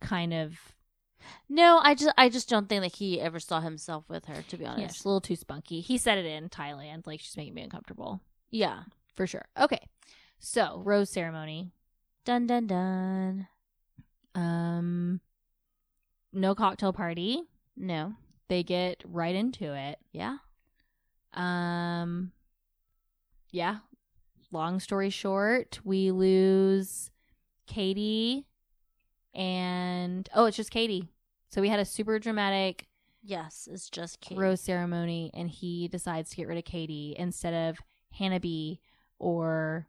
kind of
No, I just I just don't think that he ever saw himself with her. To be
yeah,
honest,
she's a little too spunky? He said it in Thailand, like she's making me uncomfortable
yeah.
for sure. Okay, so rose ceremony.
Dun dun dun.
Um, no cocktail party.
No,
They get right into it.
yeah,
Um, yeah. Long story short, we lose Katie and oh, it's just Katie. So we had a super dramatic
yes. It's just Kate.
rose ceremony, and he decides to get rid of Katie instead of Hannah B or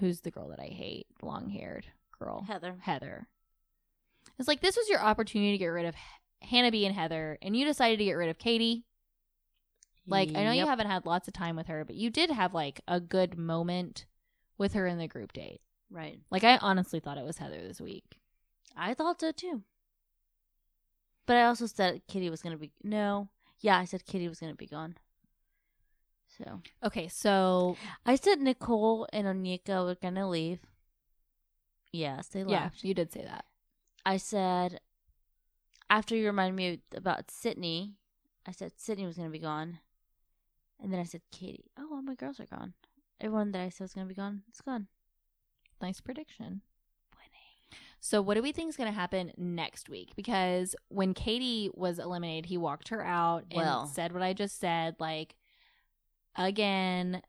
who's the girl that I hate, long haired girl
Heather.
Heather. It's like this was your opportunity to get rid of H- Hannah B and Heather, and you decided to get rid of Katie. Like I know you
Yep.
haven't had lots of time with her, but you did have like a good moment with her in the group date.
right.
Like I honestly thought it was Heather this week.
I thought so too. But I also said Kitty was gonna be no. Yeah, I said Kitty was gonna be gone. So
Okay, so
I said Nicole and Onika were gonna leave. Yes, they
yeah,
left.
you did say that.
I said after you reminded me about Sydney, I said Sydney was gonna be gone, and then I said Katie. Oh, all my girls are gone. Everyone that I said was gonna be gone, it's gone.
Nice prediction. Winning. So what do we think is going to happen next week? Because when Katie was eliminated, he walked her out and
Well.
said what I just said. Like again,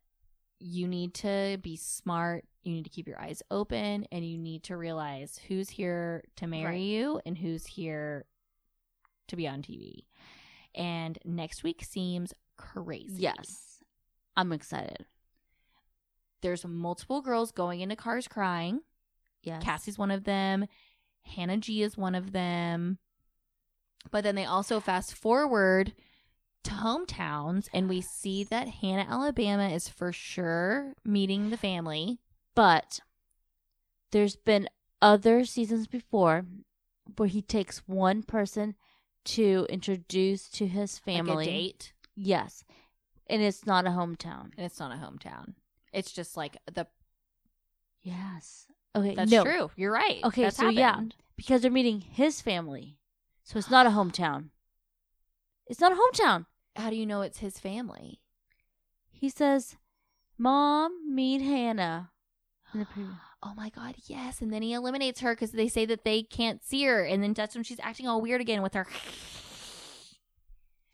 you need to be smart. You need to keep your eyes open, and you need to realize who's here to marry
Right.
you and who's here to be on TV. And next week seems crazy.
Yes, I'm excited.
there's multiple girls going into cars crying.
Yes,
Cassie's one of them. Hannah G is one of them. But then they also fast forward to hometowns, and we see that Hannah, Alabama is for sure meeting the family.
but there's been other seasons before where he takes one person to introduce to his family.
Like a date.
Yes, and it's not a hometown.
And it's not a hometown. It's just like the.
Yes. Okay.
That's
no.
true. You're right.
Okay,
That's
so yeah.
happened.
because they're meeting his family. So it's not a hometown. It's not a hometown.
How do you know it's his family?
He says, Mom, meet Hannah. In the preview.
oh my god yes and then he eliminates her because they say that they can't see her and then that's when she's acting all weird again with her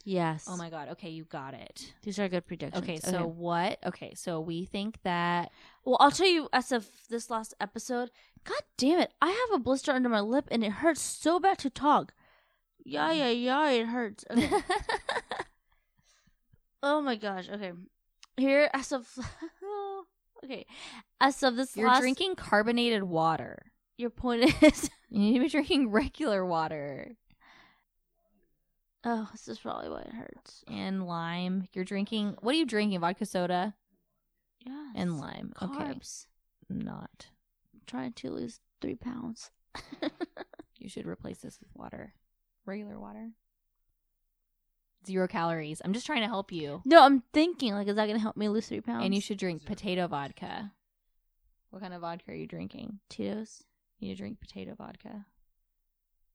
Yes.
oh my god okay you got it
These are good predictions.
okay so what okay so we think that
Well, I'll tell you, as of this last episode, God damn it, I have a blister under my lip and it hurts so bad to talk.
Mm.
Yeah, yeah, yeah, it hurts. Okay. oh my gosh. Okay. Here, as of. okay. As of this
you're
last.
drinking carbonated water
Your point is.
you need to be drinking regular water
Oh, this is probably why it hurts.
and lime you're drinking what are you drinking vodka soda
Yes.
and lime okay
Carbs.
not
I'm trying to lose three pounds.
you should replace this with water regular water zero calories. I'm just trying to help you.
No, I'm thinking like, is that gonna help me lose three pounds?
And you should drink potato vodka. What kind of vodka are you drinking?
Tito's.
You drink potato vodka.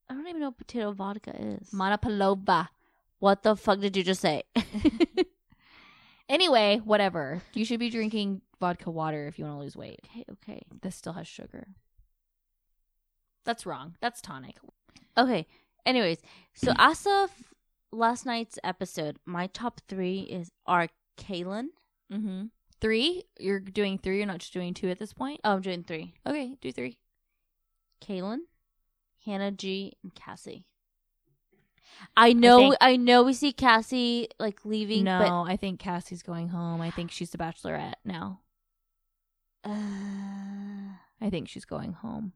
I don't even know what potato vodka is.
Manapalova.
what the fuck did you just say?
Anyway, whatever. You should be drinking vodka water if you want to lose weight.
okay, okay,
This still has sugar. That's wrong. That's tonic.
okay. Anyways, so as of last night's episode, my top three is are Kalen.
Mm-hmm. Three? You're doing three. You're not just doing two at this point?
Oh, I'm doing three.
Okay, do three.
Kaylin, Hannah G, and Cassie. I know, I,
think-
know, we see Cassie like leaving,
no, I think Cassie's going home. I think she's the bachelorette now.
but uh,
I think she's going home.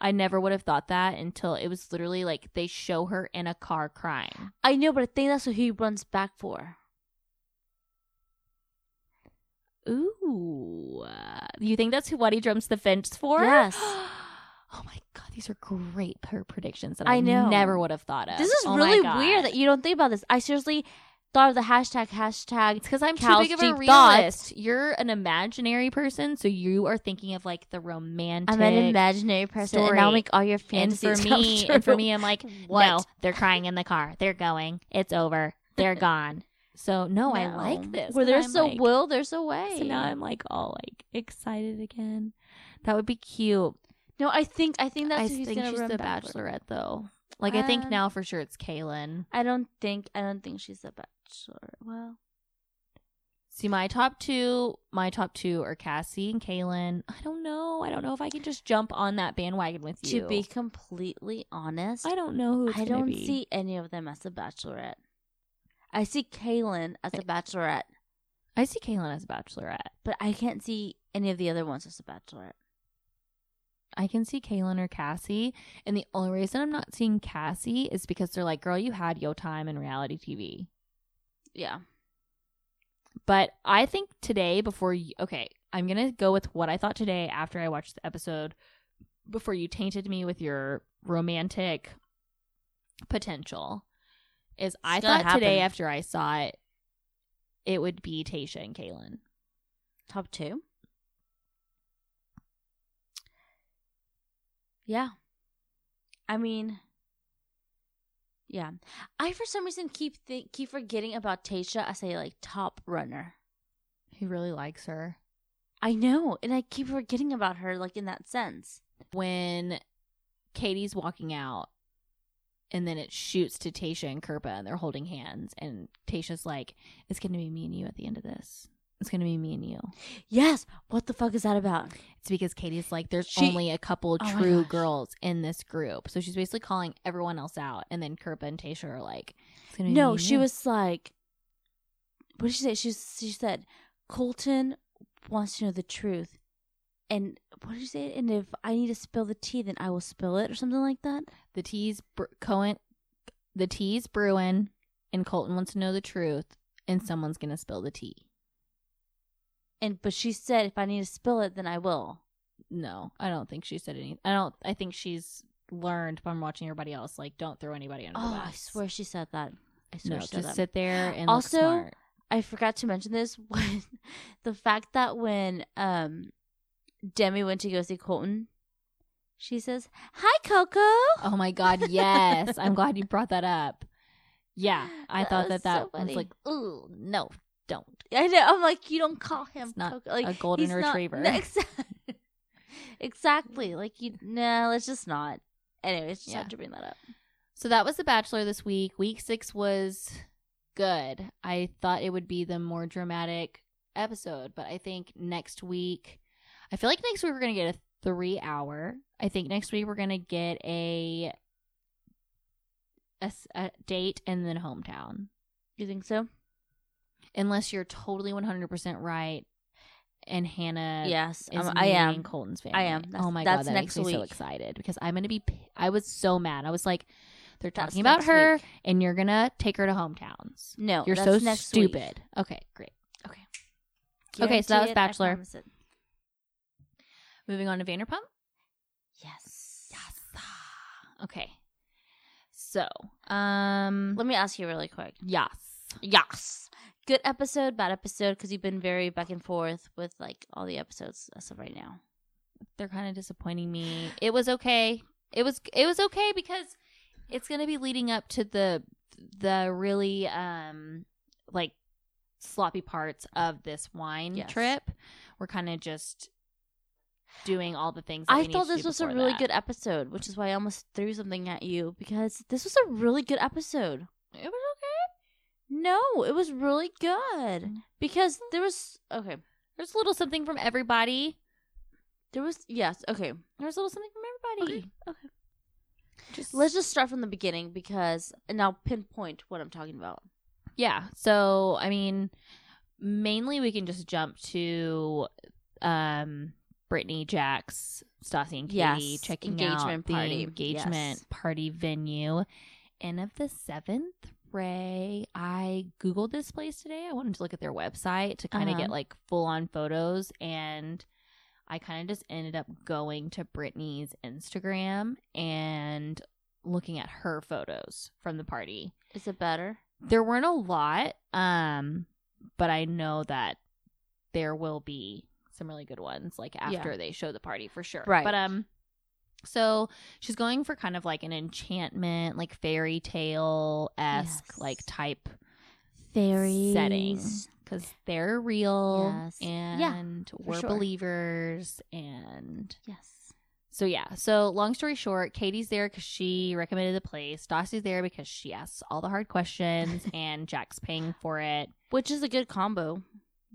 I never would have thought that until it was literally like they show her in a car crying.
I know, but I think that's what he runs back for.
Ooh. You think that's who what he jumps the fence for?
Yes.
oh my god, these are great per- predictions that
I
I,
know.
never would have thought of.
This is
Oh my
really
God.
weird that you don't think about this. I seriously thought of the hashtag hashtag.
It's because I'm too
Cal's
big of a
deep thoughts.
realist. You're an imaginary person, so you are thinking of like the romantic.
I'm an imaginary person, and I'll
story.
make all your
and for
fantasies come
me,
true.
and for me, I'm like,
What?
no, they're crying in the car. They're going. It's over. They're gone. So no, I like this.
Where
And
there's
I'm
a
like-
will, there's a way.
So now I'm like all like excited again. That would be cute.
no, I think I think that's
I
who he's
think
gonna
she's
run
the
back for.
Bachelorette though. Like I think
Um,
now for sure it's Kaylin.
I don't think I don't think she's a bachelor. Well,
See, my top two, my top two are Cassie and Kaylin. I don't know. I don't know if I can just jump on that bandwagon with you.
To be completely honest,
I don't know who it's
I
gonna
don't
be.
see any of them as a bachelorette. I see Kaylin as a bachelorette,
I see Kaylin as a bachelorette.
but I can't see any of the other ones as a bachelorette.
I can see Kaylin or Cassie, and the only reason I'm not seeing Cassie is because they're like, "Girl, you had your time in reality TV."
Yeah.
But I think today, before you, okay, I'm gonna go with what I thought today after I watched the episode. Before you tainted me with your romantic potential, is I
gonna
thought today
happen.
after I saw it, it would be Tasha and Kaylin.
Top two. Yeah. I mean, yeah. I for some reason keep think keep forgetting about Tasha as a like top runner.
He really likes her.
I know, and I keep forgetting about her like in that sense.
when Katie's walking out and then it shoots to Tasha and Kerpa and they're holding hands and Tasha's like, It's gonna be me and you at the end of this. It's gonna be me and you.
Yes. What the fuck is that about?
It's because Katie's like, There's
She-
only a couple
Oh my
true
gosh.
girls in this group. So she's basically calling everyone else out and then Kerpa and Tasha are like, It's gonna be me
No,
and
she
you."
was like, what did she say? She she said, Colton wants to know the truth, and what did she say? And if I need to spill the tea, then I will spill it, or something like that.
the tea's br- Cohen the tea's brewing and Colton wants to know the truth and someone's gonna spill the tea.
And but she said, if I need to spill it, then I will.
no, I don't think she said anything. I don't. I think she's learned from watching everybody else. Like, don't throw anybody under the
Oh,
bus.
I swear she said that. I swear
No,
she
just
said that.
sit there and
Also,
look smart.
I forgot to mention this when the fact that when um Demi went to go see Colton, she says, "Hi, Coco."
Oh my god, yes! I'm glad you brought that up. Yeah, I
That
thought
was
that that
so funny.
was like, ooh, no, don't.
I know. I'm like, you don't call him
It's not
Coco. Like
a golden
he's not-
retriever.
no, exa- exactly. Like you. No, let's just not. Anyways, just
Yeah.
have to bring that up.
So that was The Bachelor this week. Week six was good. I thought it would be the more dramatic episode, but I think next week, I feel like next week we're going to get a three hour. I think next week we're going to get a, a s- a date and then hometown.
You think so?
Unless you're totally 100% right and Hannah
yes,
is
um, I am.
meeting Colton's family.
I am.
oh
That's-
my
that's
god, that
next
makes me so
week.
excited because I'm gonna be. p- I was so mad. I was like, they're
That's
talking about
next
her,
week.
and you're gonna take her to hometowns.
No,
you're so
that's next week.
stupid. Okay, great.
Guarantee
Okay, so that was
it, I
Bachelor.
promise it.
Moving on to Vanderpump.
Yes.
Okay, so Um,
Let me ask you really quick.
yes.
Yes. Good episode, bad episode, because you've been very back and forth with like all the episodes as of right now.
They're kind of disappointing me. It was okay. It was it was okay because it's going to be leading up to the the really um like sloppy parts of this wine
Yes.
trip. We're kind of just doing all the things. That
I
we need
thought
to do
this was a
before
really
that.
good episode, which is why I almost threw something at you because this was a really good episode.
It was okay.
No, it was really good
Mm.
because there was okay,
There's a little something from everybody.
there was yes, okay.
There's a little something from everybody.
okay.
Just
Let's just start from the beginning because and I'll pinpoint what I'm talking about.
Yeah. So, I mean, mainly we can just jump to um Brittany, Jax, Stassi, and Katie
Yes,
checking
engagement
out the
party.
engagement
Yes.
party venue. And of the seventh, Ray, I googled this place today. I wanted to look at their website to kind of
Uh-huh.
get like full on photos, and I kind of just ended up going to Brittany's Instagram and looking at her photos from the party
Is it better?
there weren't a lot um but i know that there will be some really good ones like
Yeah.
after they show the party for sure
Right.
but um so she's going for kind of like an enchantment like fairy tale esque
Yes.
like type
Very
setting because they're real
Yes.
and
Yeah,
we're
sure.
believers and
Yes.
so yeah. So long story short, Katie's there because she recommended the place. Dossie's there because she asks all the hard questions, and Jack's paying for it.
Which is a good combo.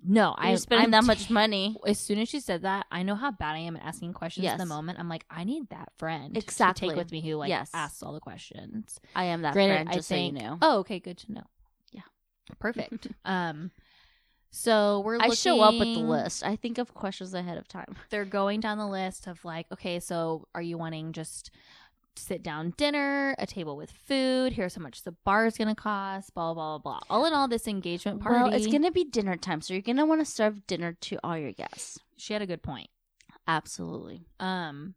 No, I
You're spending
I'm
that much
t-
money.
As soon as she said that, I know how bad I am at asking questions in the
Yes.
moment. I'm like, I need that friend to
Exactly.
take with me who like
Yes.
asks all the questions.
I am that
Granted,
friend,
I
just
think.
so you know.
Oh, okay, good to know.
Yeah.
perfect. um, so we're.
I show up with the
looking-
list. I think of questions ahead of time.
they're going down the list of like, okay, so are you wanting just sit down dinner, a table with food? Here's how much the bar is going to cost, blah, blah, blah, blah. All in all, this engagement party.
Well, it's going to be dinner time, so you're going to want to serve dinner to all your guests.
she had a good point.
Absolutely.
Um,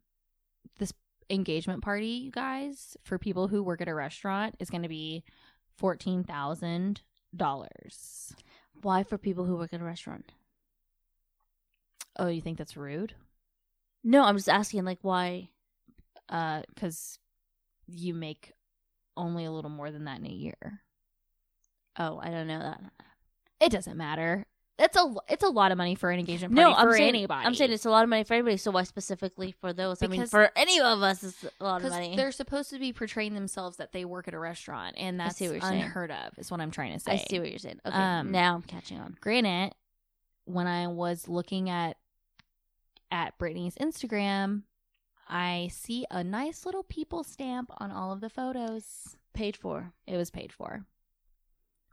this engagement party, you guys, for people who work at a restaurant, is going to be fourteen thousand dollars.
Why for people who work at a restaurant?
Oh, you think that's rude?
No, I'm just asking, like, why?
Uh, because you make only a little more than that in a year.
Oh, I don't know that.
It doesn't matter. It's a it's a lot of money for an engagement party
No, I'm
for
saying,
anybody.
I'm saying it's a lot of money for everybody. So why specifically for those? I mean,
Because-
for any of us, it's a lot of money.
they're supposed to be portraying themselves that they work at a restaurant, and
I
that's
see what you're saying.
unheard of. Is what I'm trying to say.
I see what you're saying. Okay,
Um,
now I'm catching on.
Granted, when I was looking at at Brittany's Instagram, I see a nice little people stamp on all of the photos.
Paid for.
It was paid for,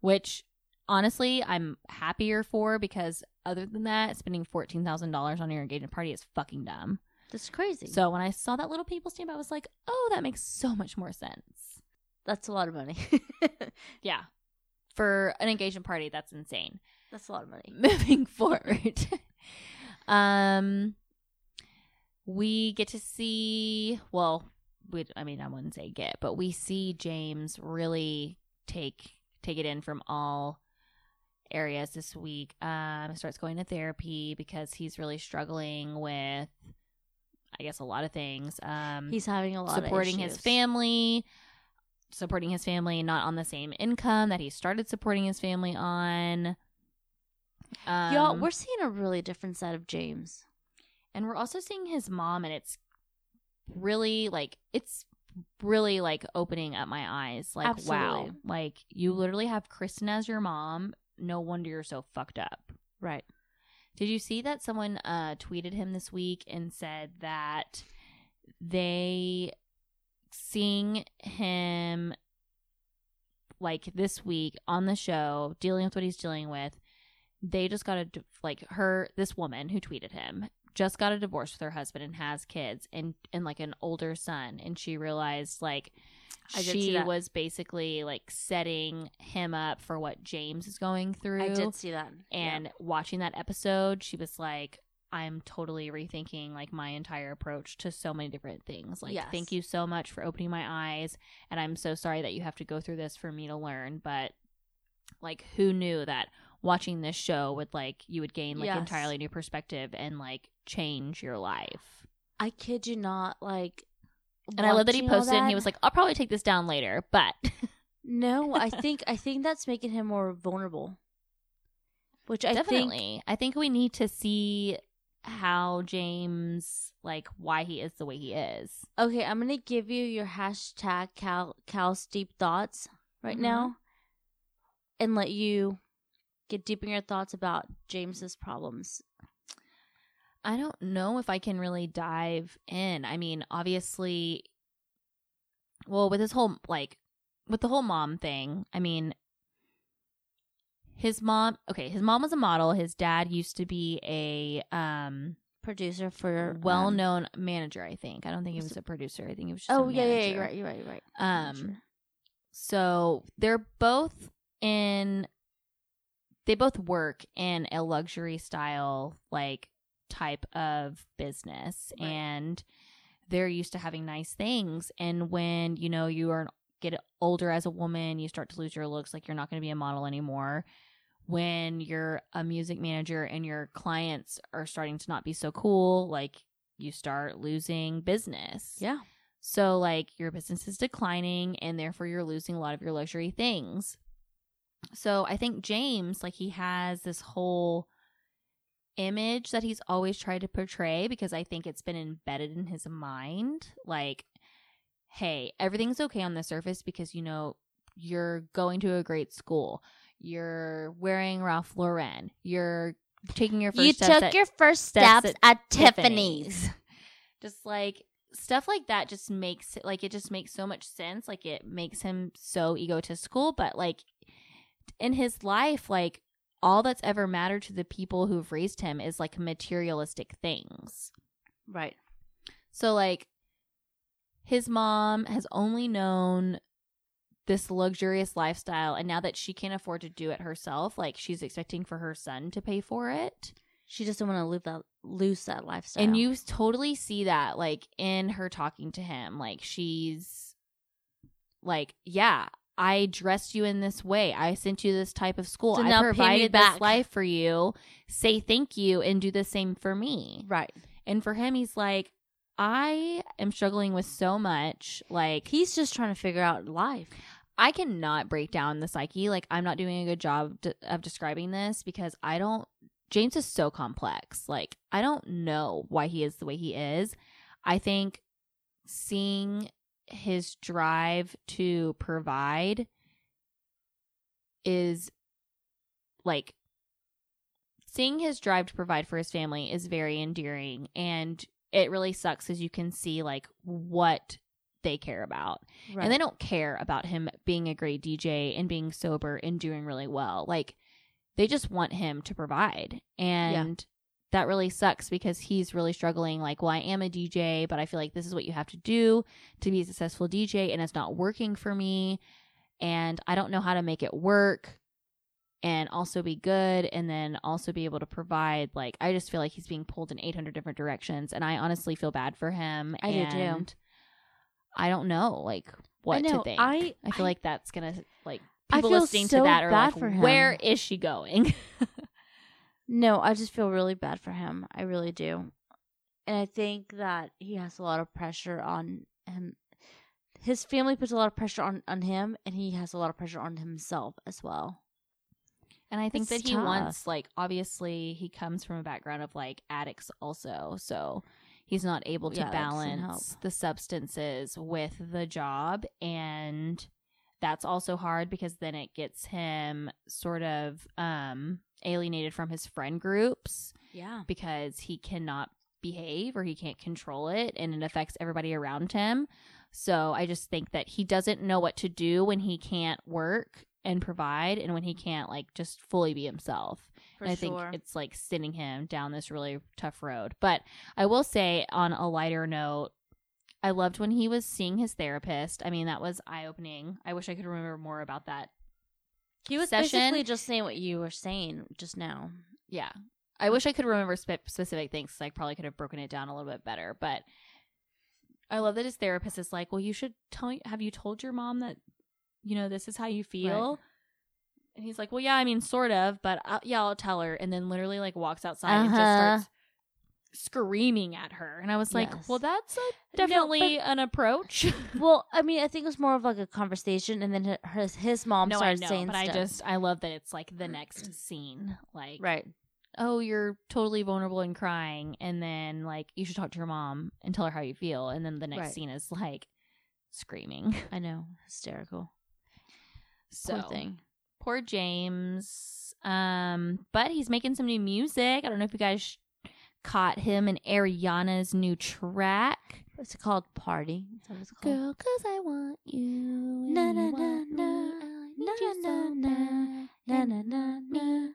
which honestly I'm happier for because other than that, spending fourteen thousand dollars on your engagement party is fucking dumb.
That's crazy. So
So when I saw that little people stamp, I was like, oh, that makes so much more sense.
that's a lot of money.
Yeah. For an engagement party, that's insane.
that's a lot of money.
Moving forward. um we get to see well, we I mean I wouldn't say get, but we see James really take take it in from all areas this week. Um starts going to therapy because he's really struggling with I guess a lot of things. Um
He's having a lot of
supporting his
issues.
family supporting his family not on the same income that he started supporting his family on um,
Y'all, we're seeing a really different side of James.
and we're also seeing his mom and it's really like it's really like opening up my eyes like wow
Absolutely.
like you literally have kristen as your mom no wonder you're so fucked up
Right.
Did you see that someone uh, tweeted him this week and said that they seeing him like this week on the show dealing with what he's dealing with? They just got a di- like her this woman who tweeted him just got a divorce with her husband and has kids and and like an older son and she realized like
I did see
she
that.
was basically like setting him up for what James is going through
I did see that. Yeah.
and watching that episode she was like I'm totally rethinking like my entire approach to so many different things. Like,
Yes.
thank you so much for opening my eyes. And I'm so sorry that you have to go through this for me to learn. But like, who knew that watching this show would like, you would gain like
Yes.
entirely new perspective and like change your life?
I kid you not. Like,
And I love that he
watching all
posted and he
that-
was like, I'll probably take this down later. But
"No, I think I think that's making him more vulnerable." Which I
definitely,
think
I think we need to see how James, like, why he is the way he is.
okay, I'm gonna give you your hashtag Cal Cal's deep thoughts right
Mhm.
now, and let you get deep in your thoughts about James's problems.
I don't know if I can really dive in. I mean, obviously, well, with his whole like with the whole mom thing, I mean, his mom, okay, his mom was a model, his dad used to be a um
Producer for um,
well-known manager, I think. I don't think he
was
was a producer. I think he was just a
Oh yeah, yeah, yeah,
manager.
you're right, you're right, you're right.
Um,
Manager.
so they're both in they both work in a luxury style like type of business
Right.
and they're used to having nice things and when you know you are get older as a woman you start to lose your looks like you're not going to be a model anymore when you're a music manager and your clients are starting to not be so cool like you start losing business
yeah,
so, like, your business is declining and therefore you're losing a lot of your luxury things. So, I think James, like, he has this whole image that he's always tried to portray because I think it's been embedded in his mind. Like, hey, everything's okay on the surface because, you know, you're going to a great school, you're wearing Ralph Lauren, you're taking your first
you
steps
took
at-
your first
steps
steps
at
at,
Tiffany's.
Tiffany's.
just like stuff like that just makes it like it just makes so much sense like it makes him so egotistical but like in his life like all that's ever mattered to the people who've raised him is like materialistic things
Right.
so like his mom has only known this luxurious lifestyle and now that she can't afford to do it herself like she's expecting for her son to pay for it
She doesn't want to live that loose that lifestyle.
And you totally see that like in her talking to him. Like she's like, yeah, I dressed you in this way. I sent you this type of school.
So
I
now pay me
provided this
back."
life for you. Say thank you and do the same for me.
right.
And for him, he's like, I am struggling with so much. Like
He's just trying to figure out life.
I cannot break down the psyche. Like I'm not doing a good job de- of describing this because I don't. James is so complex. Like I don't know why he is the way he is. I think seeing his drive to provide is like seeing his drive to provide for his family is very endearing and it really sucks as you can see like what they care about
Right.
and they don't care about him being a great DJ and being sober and doing really well. Like they just want him to provide. And that really sucks because he's really struggling like, well, I am a DJ, but I feel like this is what you have to do to be a successful DJ and it's not working for me and I don't know how to make it work and also be good and then also be able to provide like I just feel like he's being pulled in 800 different directions and I honestly feel bad for him
I do too.
and I don't know like what to
know,
think.
I-
I feel
I-
like that's going to like
I
people
feel
listening to
so
that are
bad
like
for him.
where is she going?
No, I just feel really bad for him. I really do. And I think that he has a lot of pressure on him. His family puts a lot of pressure on, on him, and he has a lot of pressure on himself as well.
And I think
It's
that he
tough.
wants, like, obviously, he comes from a background of like addicts, also. So he's not able to
Yeah, that doesn't
balance
help.
the substances with the job. And that's also hard because then it gets him sort of um, alienated from his friend groups
Yeah.
because he cannot behave or he can't control it and it affects everybody around him. So I just think that he doesn't know what to do when he can't work and provide and when he can't like just fully be himself.
For
And I
sure.
think it's like sending him down this really tough road. But I will say on a lighter note, I loved when he was seeing his therapist. I mean, that was eye opening. I wish I could remember more about that.
he was
session-
basically just saying what you were saying just now.
Yeah. I wish I could remember spe- specific things. 'cause I probably could have broken it down a little bit better, but I love that his therapist is like, "Well, you should tell. Have you told your mom that you know this is how you feel?" And he's like, "Well, yeah, I mean, sort of, but i yeah, I'll tell her." And then literally like walks outside and just
Uh-huh.
starts screaming at her. And I was like,
Yes.
"Well, that's a,
No,
definitely an approach."
Well, I mean, I think it was more of like a conversation, and then hi- his his mom
no, I
started
know,
saying
but I
stuff. Mm-hmm.
just I love that it's like the next scene, like
right.
oh, you're totally vulnerable and crying, and then like you should talk to your mom and tell her how you feel, and then the next
Right.
scene is like screaming.
I know, hysterical.
So
Poor thing.
poor James. Um, but he's making some new music. I don't know if you guys sh- caught him in Ariana's new track.
It's called party. That's what it's called.
Girl, cause I want you. and
Na,
you
na,
want
na,
me.
na,
I need you
na,
so
na,
bad.
Na,
And
na, na, na.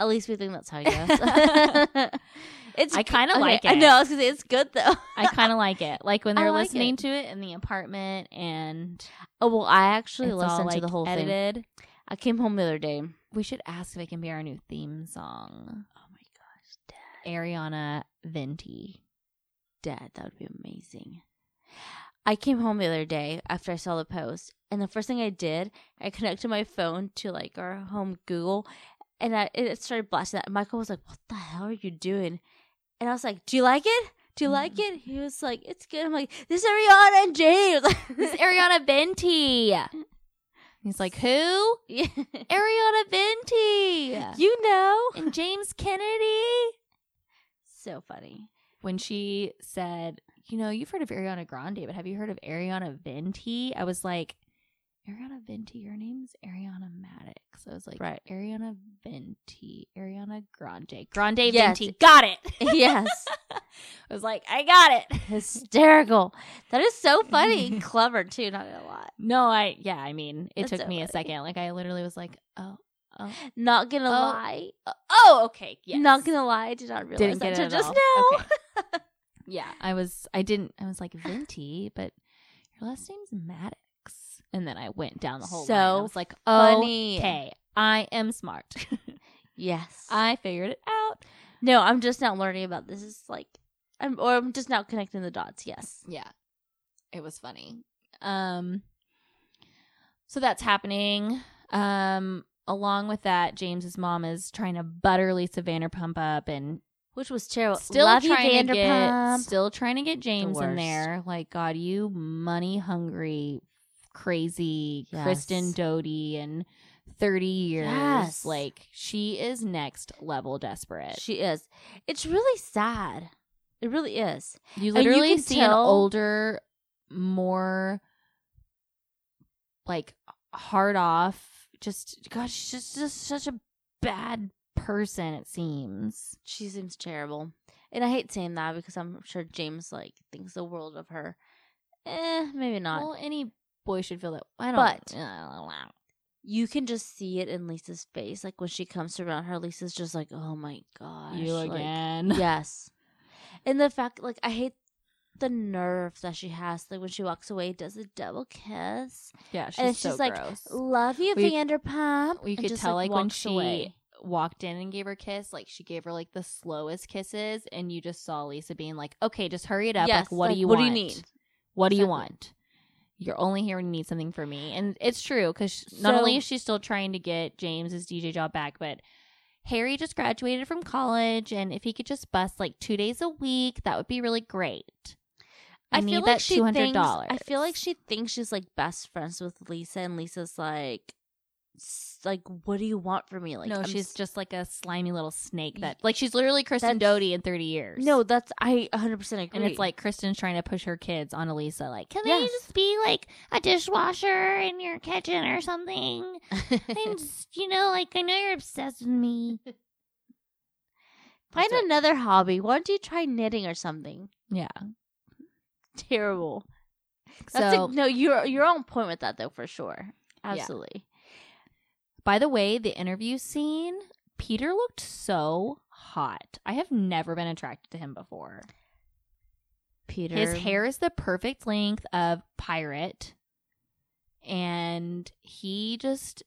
At least we think that's how it goes. it's
I kind of
okay,
like it.
I know. I was gonna say it's good though.
I kind of like it. Like when
I
they're
like
listening
it.
to it in the apartment and
oh well, I actually
it's all,
listened to
like,
the whole thing.
edited.
I came home the other day.
We should ask if it can be our new theme song.
Oh my gosh, Dad.
Ariana Venti.
Dad, that would be amazing. I came home the other day after I saw the post, and the first thing I did, I connected my phone to like our home Google, and I it started blasting that. Michael was like, "What the hell are you doing?" And I was like, "Do you like it? Do you like it?" He was like, "It's good." I'm like, "This is Ariana and James."
Ariana Venti. He's like, who?
yeah.
Ariana Venti.
You know,
and James Kennedy.
so funny.
When she said, you know, you've heard of Ariana Grande, but have you heard of Ariana Venti? I was like, Ariana Venti, your name's Ariana Maddox. I was like,
Right.
Ariana Venti, Ariana Grande. Grande
Yes.
Venti. Got it.
yes,
I was like, I got it.
hysterical. That is so funny, clever too. Not gonna lie.
No, I yeah, I mean, it
That's
took
so
me a
funny.
second. Like I literally was like, oh, oh,
Not gonna
Oh.
lie.
oh, okay, yes.
Not gonna lie, I did not realize
didn't
that
get it
till
at
just
all.
now.
Okay. yeah, I was, I didn't, I was like Venti, but your last name's Maddox, and then I went down the whole. line. I
So
was like, oh,
Funny.
okay, I am smart.
Yes.
I figured it out.
no, I'm just now learning about this. Is like, I'm or I'm just now connecting the dots. Yes.
Yeah, it was funny. Um, so that's happening. Um, along with that, James's mom is trying to butter Lisa Vanderpump up and
Which was terrible.
still
Love you,
trying to get
Vanderpump.
still trying to get James in
worst.
there. Like God, you money hungry, crazy
Yes.
Kristen Doty and. 30 years
Yes.
like she is next level desperate
she is. It's really sad. It really is.
you
and you
literally
can
see an
tell-
older more like hard off just gosh she's just, just such a bad person it seems
She seems terrible, and I hate saying that because I'm sure James like thinks the world of her. Eh, maybe not.
well any boy should feel that i don't
But-
know
you can just see it in Lisa's face, like when she comes around her. Lisa's just like, "Oh my gosh,
you
like,
again
yes. And the fact, like, I hate the nerve that she has. Like, when she walks away, does a double kiss.
Yeah, she's
And it's
so
just like,
gross.
Love you,
We-
Vanderpump.
you
and
could
just,
tell like, when
walks
she walked in and gave her kiss, like she gave her like the slowest kisses, and you just saw Lisa being like, "Okay, just hurry it up. like,
Yes,
what
like,
do you
what do
want?
you need?
What do you
Exactly.
want? You're only here when you need something from me." And it's true because not
So-
only is she still trying to get James's DJ job back, but Harry just graduated from college, and if he could just bust like two days a week, that would be really great. I, need that
she
two hundred
thinks-
dollars.
I feel like she thinks she's like best friends with Lisa, and Lisa's like, s- like, what do you want from me? Like,
no,
I'm
she's
s-
just like a slimy little snake
Y-
that, like, she's literally Kristen
that's-
Doty in 30 years.
no. That's I 100 percent agree.
And it's like Kristen's trying to push her kids on Elisa, like, can they
Yes.
just be like a dishwasher in your kitchen or something? I'm just, you know, like, I know you're obsessed with me.
find
so-
another hobby. Why don't you try knitting or something?
Yeah.
Terrible. That's
So,
a, no, you're you're on point with that though for sure.
Yeah.
Absolutely.
by the way, the interview scene, Peter looked so hot. I have never been attracted to him before.
Peter
His hair is the perfect length of pirate. And he just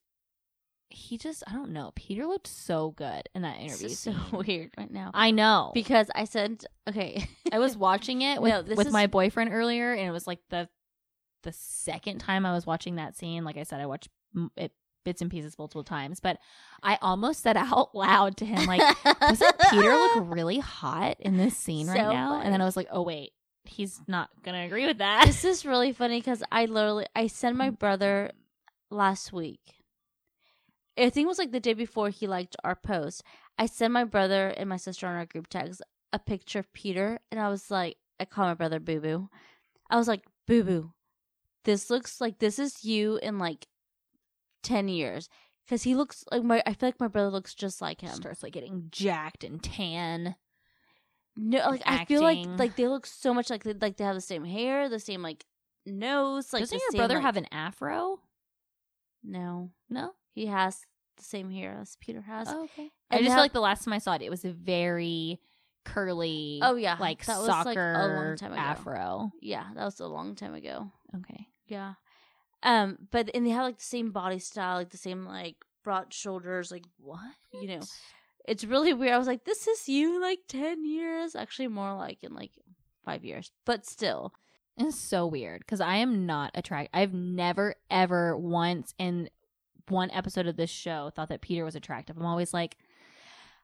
he just I don't know. Peter looked so good in that
This
interview.
is so
scene.
weird right now.
I know.
Because I said, okay.
I was watching it with,
No, this
with
is-
my boyfriend earlier, and it was like the the second time I was watching that scene. Like I said, I watched m- it bits and pieces multiple times, but I almost said out loud to him, like, "Doesn't Peter look really hot in this scene right
So
now?" And then
funny.
I was like, "Oh wait, he's not gonna agree with that."
this is really funny because I literally I sent my brother last week. I think it was like the day before he liked our post. I sent my brother and my sister on our group text a picture of Peter, and I was like, I call my brother Boo Boo. I was like, Boo Boo, this looks like this is you in like ten years because he looks like my. I feel like my brother looks just like him.
Starts like getting jacked and tan.
No, like I feel
acting.
like like they look so much like they, like they have the same hair, the same like nose. Like
Doesn't
the
your
same,
brother
like-
have an afro?
No,
No.
he has the same hair as Peter has. Oh,
okay. I just
And they
feel
have-
like the last time I saw it, it was a very curly.
Oh, yeah,
like
that was
soccer
like a long time ago.
afro.
Yeah, that was a long time ago.
Okay.
Yeah, um, but and they have like the same body style, like the same like broad shoulders, like
What?
you know, it's really weird. I was like, this is you in, like ten years, actually more like in like five years, but still,
It's so weird because I am not attracted. I've never, ever once in one episode of this show thought that Peter was attractive. I'm always like,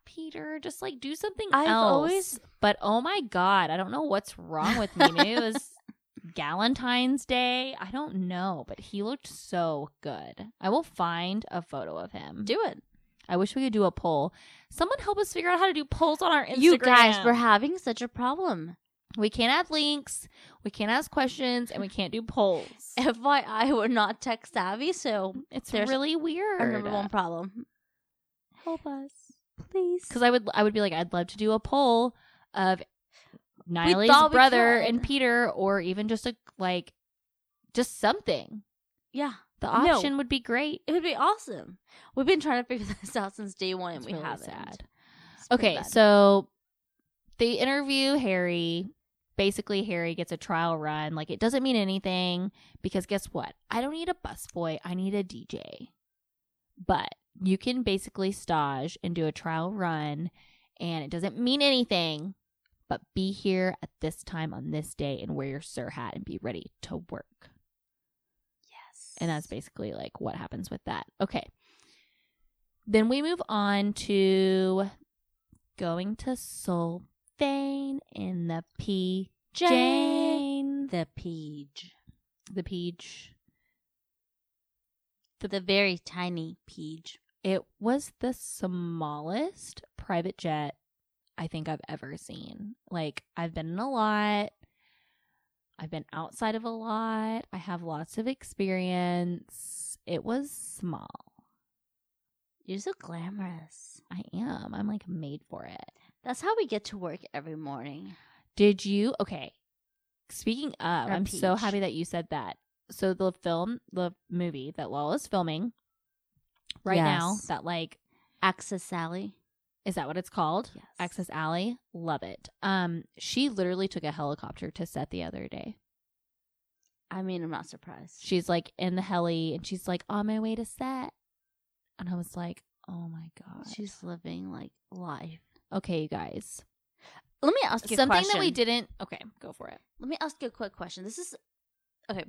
Peter, just like do something
I've
else.
always-
But oh my God, I don't know what's wrong with me. Maybe it was Galentine's Day. I don't know, but he looked so good. I will find a photo of him.
do it.
I wish we could do a poll. Someone help us figure out how to do polls on our Instagram.
You guys, we're having such a problem.
we can't have links, we can't ask questions, and we can't do polls.
FYI, we're not tech savvy, so
It's
There's
really weird.
our number one problem.
help us,
Please,
because I would I would be like I'd love to do a poll of
thought
Nilee's
we
brother
could.
and Peter, or even just a like just something.
yeah,
The
No.
option would be great.
it would be awesome. We've been trying to figure this out since day one, and
It's
we
really
haven't.
sad.
It's pretty
Okay,
bad.
so they interview Harry. Basically, Harry gets a trial run. Like it doesn't mean anything because guess what? I don't need a busboy. I need a DJ. But you can basically stage and do a trial run, and it doesn't mean anything. But be here at this time on this day and wear your sir hat and be ready to work.
yes,
And that's basically like what happens with that. Okay. Then we move on to going to Solvang in the P Jane.
the peach,
The peach.
the, very tiny peach.
It was the smallest private jet I think I've ever seen. Like I've been in a lot. I've been outside of a lot. I have lots of experience. It was small.
You're so glamorous.
I am. I'm like made for it.
That's how we get to work every morning.
Did you? Okay. Speaking of,
Or
I'm so
peach.
happy that you said that. So the film, the movie that Lala's filming right now,
Yes.
that like
Access Sally.
is that what it's called?
Yes.
Access Alley. Love it. Um, she literally took a helicopter to set the other day.
I mean, I'm not surprised.
She's like in the heli and she's like on my way to set. And I was like, oh my god.
She's living like life.
okay, you guys.
Let me ask you
Something
a question.
that we didn't okay, go for it.
Let me ask you a quick question. This is okay.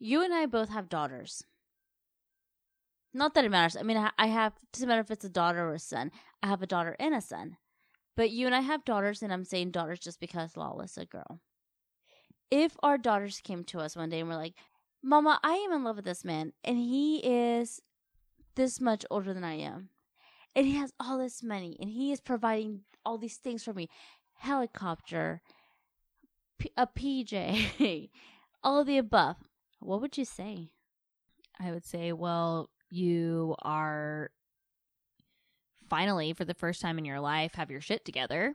You and I both have daughters. Not that it matters. I mean, I- I have doesn't matter if it's a daughter or a son. I have a daughter and a son, but you and I have daughters, and I'm saying daughters just because Lala's a girl. If our daughters came to us one day and were like, "Mama, I am in love with this man, and he is this much older than I am, and he has all this money, and he is providing all these things for me, helicopter." P- a PJ, all the above. What would you say?
I would say, well, you are finally, for the first time in your life, have your shit together.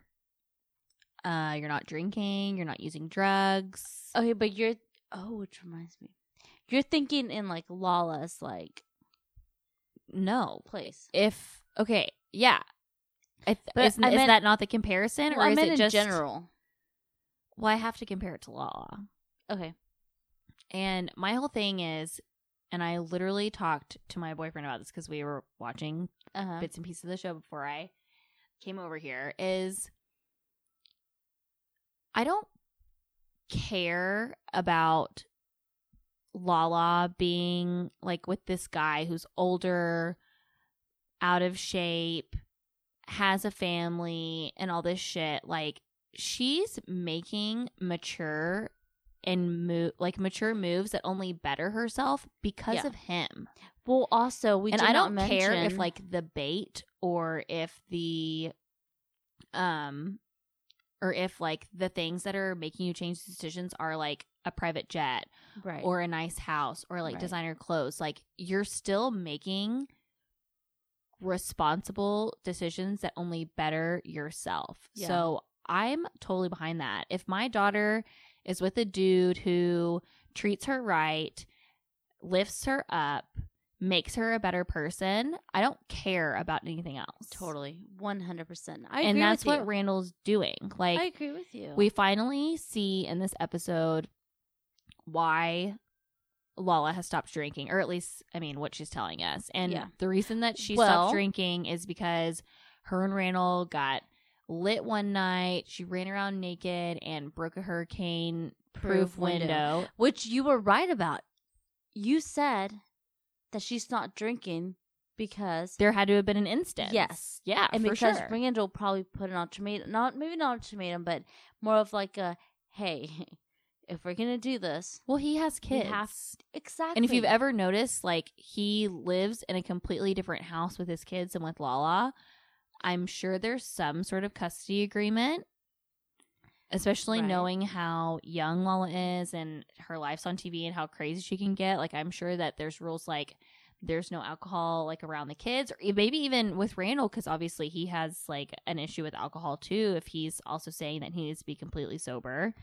Uh, you're not drinking, you're not using drugs.
Okay, but you're oh, which reminds me, you're thinking in like Lala's like
no.
place.
If, okay, yeah. I th-
But
is,
I
is
meant-
that not the comparison? Or
Well, I
is
meant
it
in
just
general.
Well, I have to compare it to Lala.
Okay,
And my whole thing is, and I literally talked to my boyfriend about this because we were watching
Uh-huh.
bits and pieces of the show before I came over here is I don't care about Lala being like with this guy who's older, out of shape, has a family, and all this shit. Like, she's making mature and move like mature moves that only better herself because
Yeah.
of him
well, also we
and
did
I
not
don't care if
mention-
like the bait or if the um or if like the things that are making you change decisions are like a private jet
right
or a nice house or like
Right.
designer clothes like you're still making responsible decisions that only better yourself.
Yeah.
So I'm totally behind that. If my daughter is with a dude who treats her right, lifts her up, makes her a better person, I don't care about anything else.
totally one hundred percent. I
and
agree
that's
with
what
you.
Randall's doing. Like
I agree with you.
we finally see in this episode why Lala has stopped drinking, or at least, I mean, what she's telling us. And
Yeah.
the reason that she
Well-
stopped drinking is because her and Randall got lit one night. She ran around naked and broke a hurricane proof
Proof
window.
window. which you were right about. You said that she's not drinking because
There had to have been an instance.
Yes.
Yeah.
and
for
because
sure.
Randall probably put an ultimatum, not maybe not ultimatum, but more of like a hey, if we're gonna do this,
well, he has
We
kids.
have exactly.
And if you've ever noticed, like he lives in a completely different house with his kids and with Lala, I'm sure there's some sort of custody agreement. Especially
Right.
knowing how young Lala is and her life's on TV and how crazy she can get, like I'm sure that there's rules like there's no alcohol like around the kids or e, maybe even with Randall because obviously he has like an issue with alcohol too if he's also saying that he needs to be completely sober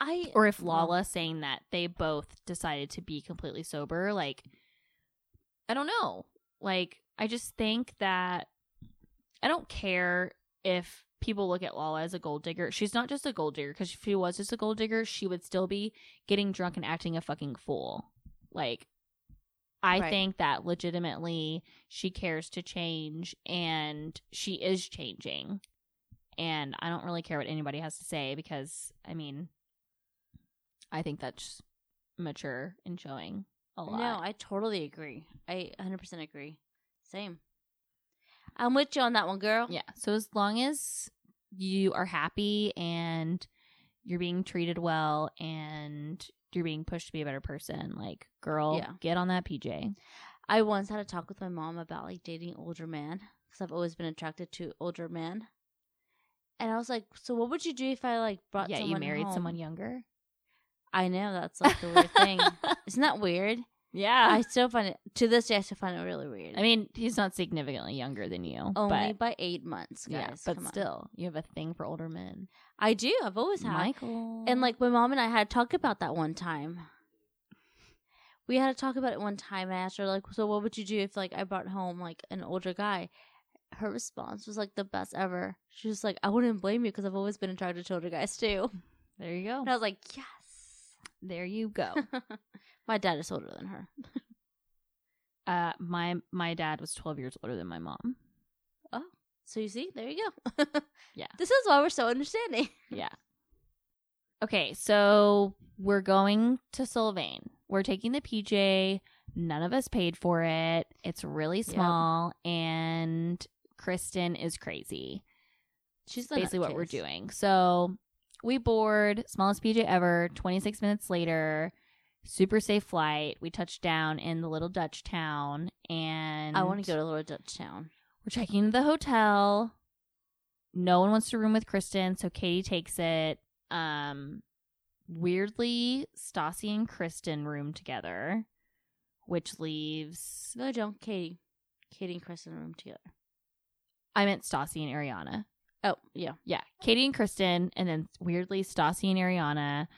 I
or if
Well-
Lala saying that they both decided to be completely sober, like I don't know. Like I just think that I don't care if people look at Lala as a gold digger. She's not just a gold digger because if she was just a gold digger, she would still be getting drunk and acting a fucking fool. Like I
Right.
think that legitimately she cares to change and she is changing. And I don't really care what anybody has to say because I mean I think that's mature and showing a lot.
no, I totally agree. I 100 percent agree. Same. I'm with you on that one, girl.
yeah. So as long as you are happy and you're being treated well and you're being pushed to be a better person, like girl,
Yeah.
get on that PJ.
I once had a talk with my mom about like dating older man because I've always been attracted to older men. And I was like, so what would you do if I like brought
yeah,
someone
you married
home?
someone younger.
I know that's like the weird thing. Isn't that weird?
yeah.
I still find it to this day. I still find it really weird.
I mean, he's not significantly younger than you,
only
but
by eight months, guys.
yeah, but
Come on.
still, you have a thing for older men.
I do. I've always had.
Michael
And like my mom and I had a talk about that one time. We had a talk about it one time. I asked her like, "So what would you do if like I brought home like an older guy?" Her response was like the best ever. She was like, "I wouldn't blame you because I've always been attracted to older guys too."
there you go,
And I was like, "Yes."
there you go.
my dad is older than her.
uh, my my dad was twelve years older than my mom.
So you see, there you go.
Yeah.
This is why we're so understanding.
Yeah. Okay, so we're going to Sylvain. We're taking the PJ. None of us paid for it. It's really
Yep.
small, and Kristen is crazy.
She's
basically what we're doing. So we board, smallest PJ ever, 26 minutes later, super safe flight. We touch down in the little Dutch town and
I want to go to Little Dutch Town.
we're checking into the hotel. No one wants to room with Kristen, so Katie takes it. Um weirdly, Stassi and Kristen room together, which leaves
No, don't. Katie, Katie and Chris in a room together.
I meant Stassi and Ariana.
Oh yeah.
Yeah, Katie and Kristen, and then weirdly Stassi and Ariana.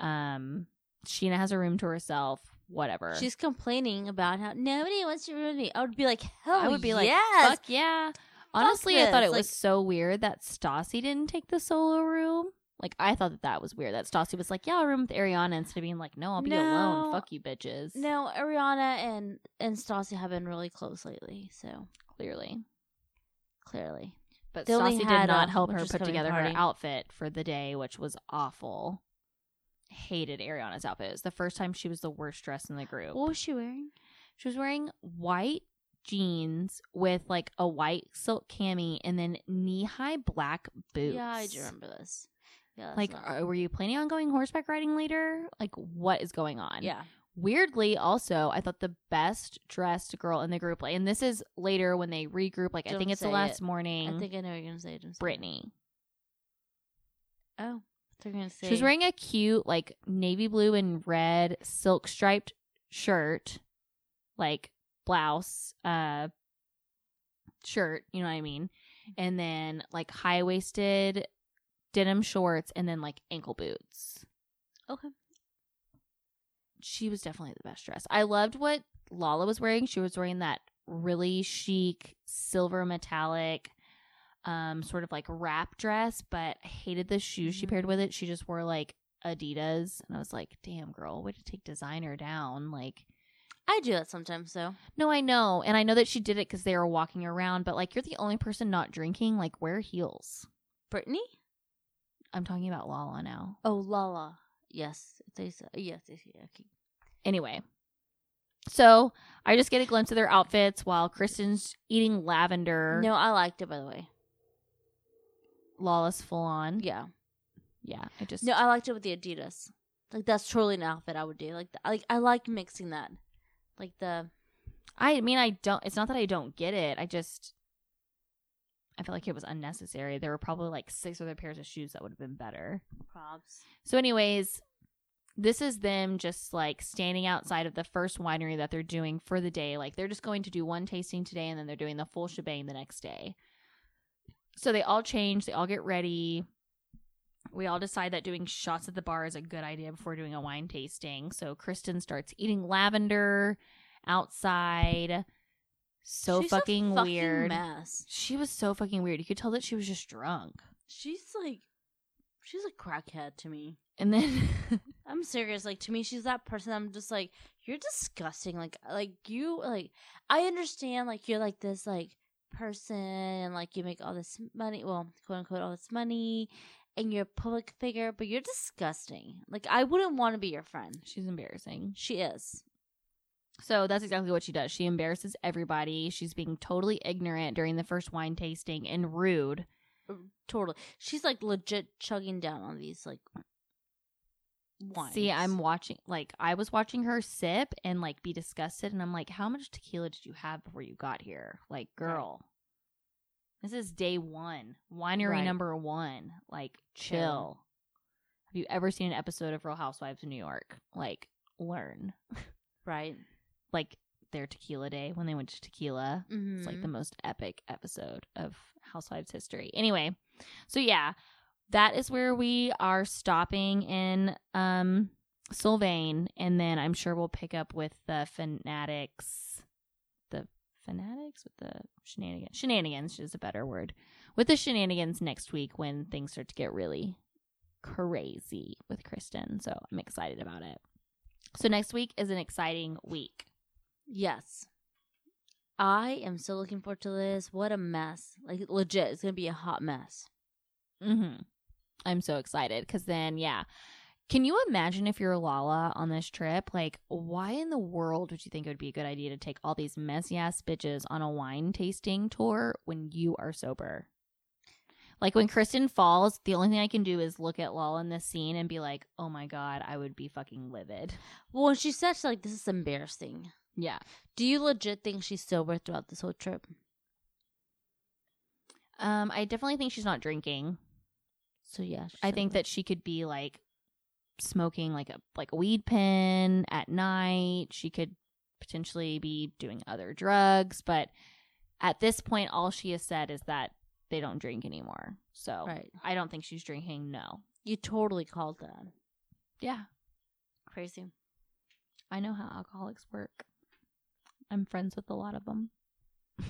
Um, Sheena has a room to herself. Whatever.
She's complaining about how nobody wants to ruin me. I would be like, hell,
I would be like,
yes.
fuck yeah. Honestly, I thought
this,
it
like-
was so weird that Stassi didn't take the solo room. Like I thought that that was weird. That Stassi was like, "Yeah, I'll room with Ariana," instead of being like, "No, I'll be
No.
alone. Fuck you, bitches."
No, Ariana and and Stassi have been really close lately, so
clearly.
clearly.
But
They only
Stassi did
had,
not
um,
help
which
her
was
put
coming
together
party.
her outfit for the day, which was awful. Hated Ariana's outfit. It was the first time she was the worst dressed in the group.
What was she wearing?
She was wearing white jeans with like a white silk cami and then knee high black boots.
Yeah, I do remember this. Yeah, that's
Like,
not-
are, were you planning on going horseback riding later? Like, what is going on?
yeah,
Weirdly, also, I thought the best dressed girl in the group, like, and this is later when they regroup. Like, I
Don't
think it's the
say
last
it.
morning.
I think I know what you're gonna say. Don't say it.
Brittany.
Oh, I thought you were gonna say
She was wearing a cute, like, navy blue and red silk striped shirt, like, blouse, uh, shirt, you know what I mean?
Mm-hmm.
And then, like, high waisted denim shorts and then, like, ankle boots.
Okay.
She was definitely the best dressed. I loved what Lala was wearing. She was wearing that really chic silver metallic um sort of like wrap dress, but I hated the shoes she
Mhm.
paired with it. She just wore like Adidas and I was like, "Damn girl, way to take designer down." Like,
I do that sometimes though.
no, I know. And I know that she did it cuz they were walking around, but like you're the only person not drinking, like wear heels.
Brittany?
I'm talking about Lala now.
Oh, Lala. Yes, they said. uh, Yes, they said. Okay.
Anyway, so I just get a glimpse of their outfits while Kristen's eating lavender.
No, I liked it by the way.
Lala's full on.
Yeah.
Yeah, I just
No, um, I liked it with the Adidas. Like that's totally an outfit I would do. Like th- like I like mixing that. Like the
I mean, I don't. It's not that I don't get it. I just, I feel like it was unnecessary. There were probably like six other pairs of shoes that would have been better.
props.
So, anyways, this is them just like standing outside of the first winery that they're doing for the day. Like they're just going to do one tasting today, and then they're doing the full shebang the next day. So they all change. They all get ready. We all decide that doing shots at the bar is a good idea before doing a wine tasting. So Kristen starts eating lavender outside. So
She's a
fucking, weird.
mess.
She was so fucking weird. You could tell that she was just drunk.
She's like she's a crackhead to me.
And then
I'm serious. Like to me, she's that person. I'm just like, you're disgusting. Like, like you, like I understand. Like you're like this, like person, and like you make all this money. Well, quote unquote, all this money, and you're a public figure, but you're disgusting. Like I wouldn't want to be your friend.
she's embarrassing.
She is.
So that's exactly what she does. She embarrasses everybody. She's being totally ignorant during the first wine tasting and rude.
Totally. She's like legit chugging down on these like wines.
See, I'm watching, like, I was watching her sip and, like, be disgusted. And I'm like, how much tequila did you have before you got here? Like, girl, this is day one, winery
Right.
number one. Like, chill.
Chill.
Have you ever seen an episode of Real Housewives of New York? Like, learn.
right.
Like, their tequila day when they went to tequila.
Mm-hmm.
It's like the most epic episode of Housewives history. Anyway, so yeah, that is where we are stopping in um Sylvain, and then I'm sure we'll pick up with the fanatics, the fanatics with the shenanigans. Shenanigans is a better word. With the shenanigans next week when things start to get really crazy with Kristen. So I'm excited about it. So next week is an exciting week.
Yes. I am so looking forward to this. What a mess. Like, legit, it's going to be a hot mess.
hmm I'm so excited because then, yeah. Can you imagine if you're Lala on this trip? Like, why in the world would you think it would be a good idea to take all these messy ass bitches on a wine tasting tour when you are sober? Like, when Kristen falls, the only thing I can do is look at Lala in this scene and be like, oh my God, I would be fucking livid.
Well, and she said, she's like, this is embarrassing.
Yeah.
Do you legit think she's sober throughout this whole trip?
Um, I definitely think she's not drinking.
So, yeah. she's
I think
sober.
that she could be like smoking like a like a weed pen at night. She could potentially be doing other drugs, but at this point all she has said is that they don't drink anymore. So
Right.
I don't think she's drinking, no.
You totally called that.
Yeah.
Crazy.
I know how alcoholics work. I'm friends with a lot of them.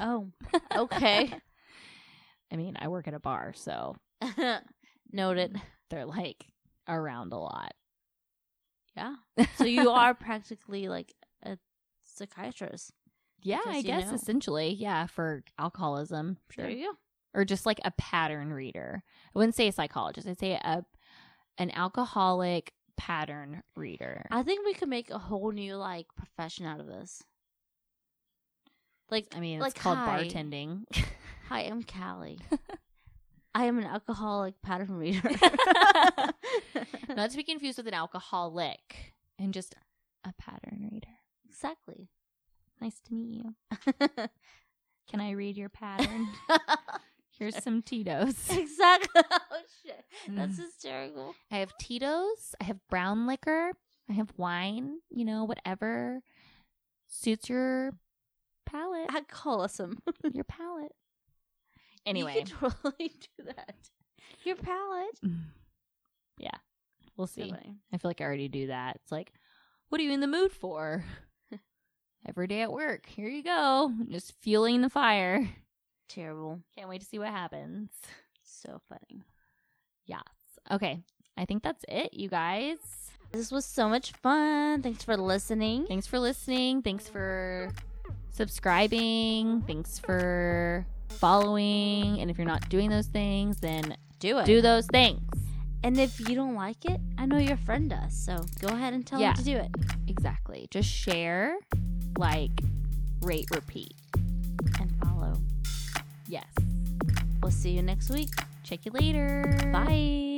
Oh, okay.
I mean, I work at a bar, so
Noted.
They're like around a lot.
Yeah. So you are practically like a psychiatrist.
Yeah,
Because
I
you
guess
know.
essentially, yeah, for alcoholism.
There you go.
Or just like a pattern reader. I wouldn't say a psychologist. I'd say a an alcoholic pattern reader.
I think we could make a whole new like profession out of this. Like
I mean,
like,
it's called
hi.
bartending.
Hi, I'm Callie. I am an alcoholic pattern reader.
Not to be confused with an alcoholic and just a pattern reader.
exactly.
Nice to meet you. Can I read your pattern? Here's some Tito's.
exactly. Oh shit. That's
Mm.
hysterical.
I have Tito's. I have brown liquor. I have wine. You know, whatever suits your palate.
Alcoholism.
Your palate.
You
Anyway,
could totally do that. Your palate.
yeah, we'll see.
So funny.
I feel like I already do that. It's like, what are you in the mood for? Every day at work. Here you go. Just fueling the fire.
Terrible.
Can't wait to see what happens.
So funny.
Okay. I think that's it, you guys.
This was so much fun. Thanks for listening.
Thanks for listening. Thanks for subscribing. Thanks for following. And if you're not doing those things, then
Do it.
do those things.
and if you don't like it, I know your friend does. So go ahead and tell
Yeah.
him to do it.
Exactly. Just share, like, rate, repeat.
And follow.
Yes.
We'll see you next week.
Check you later.
Bye.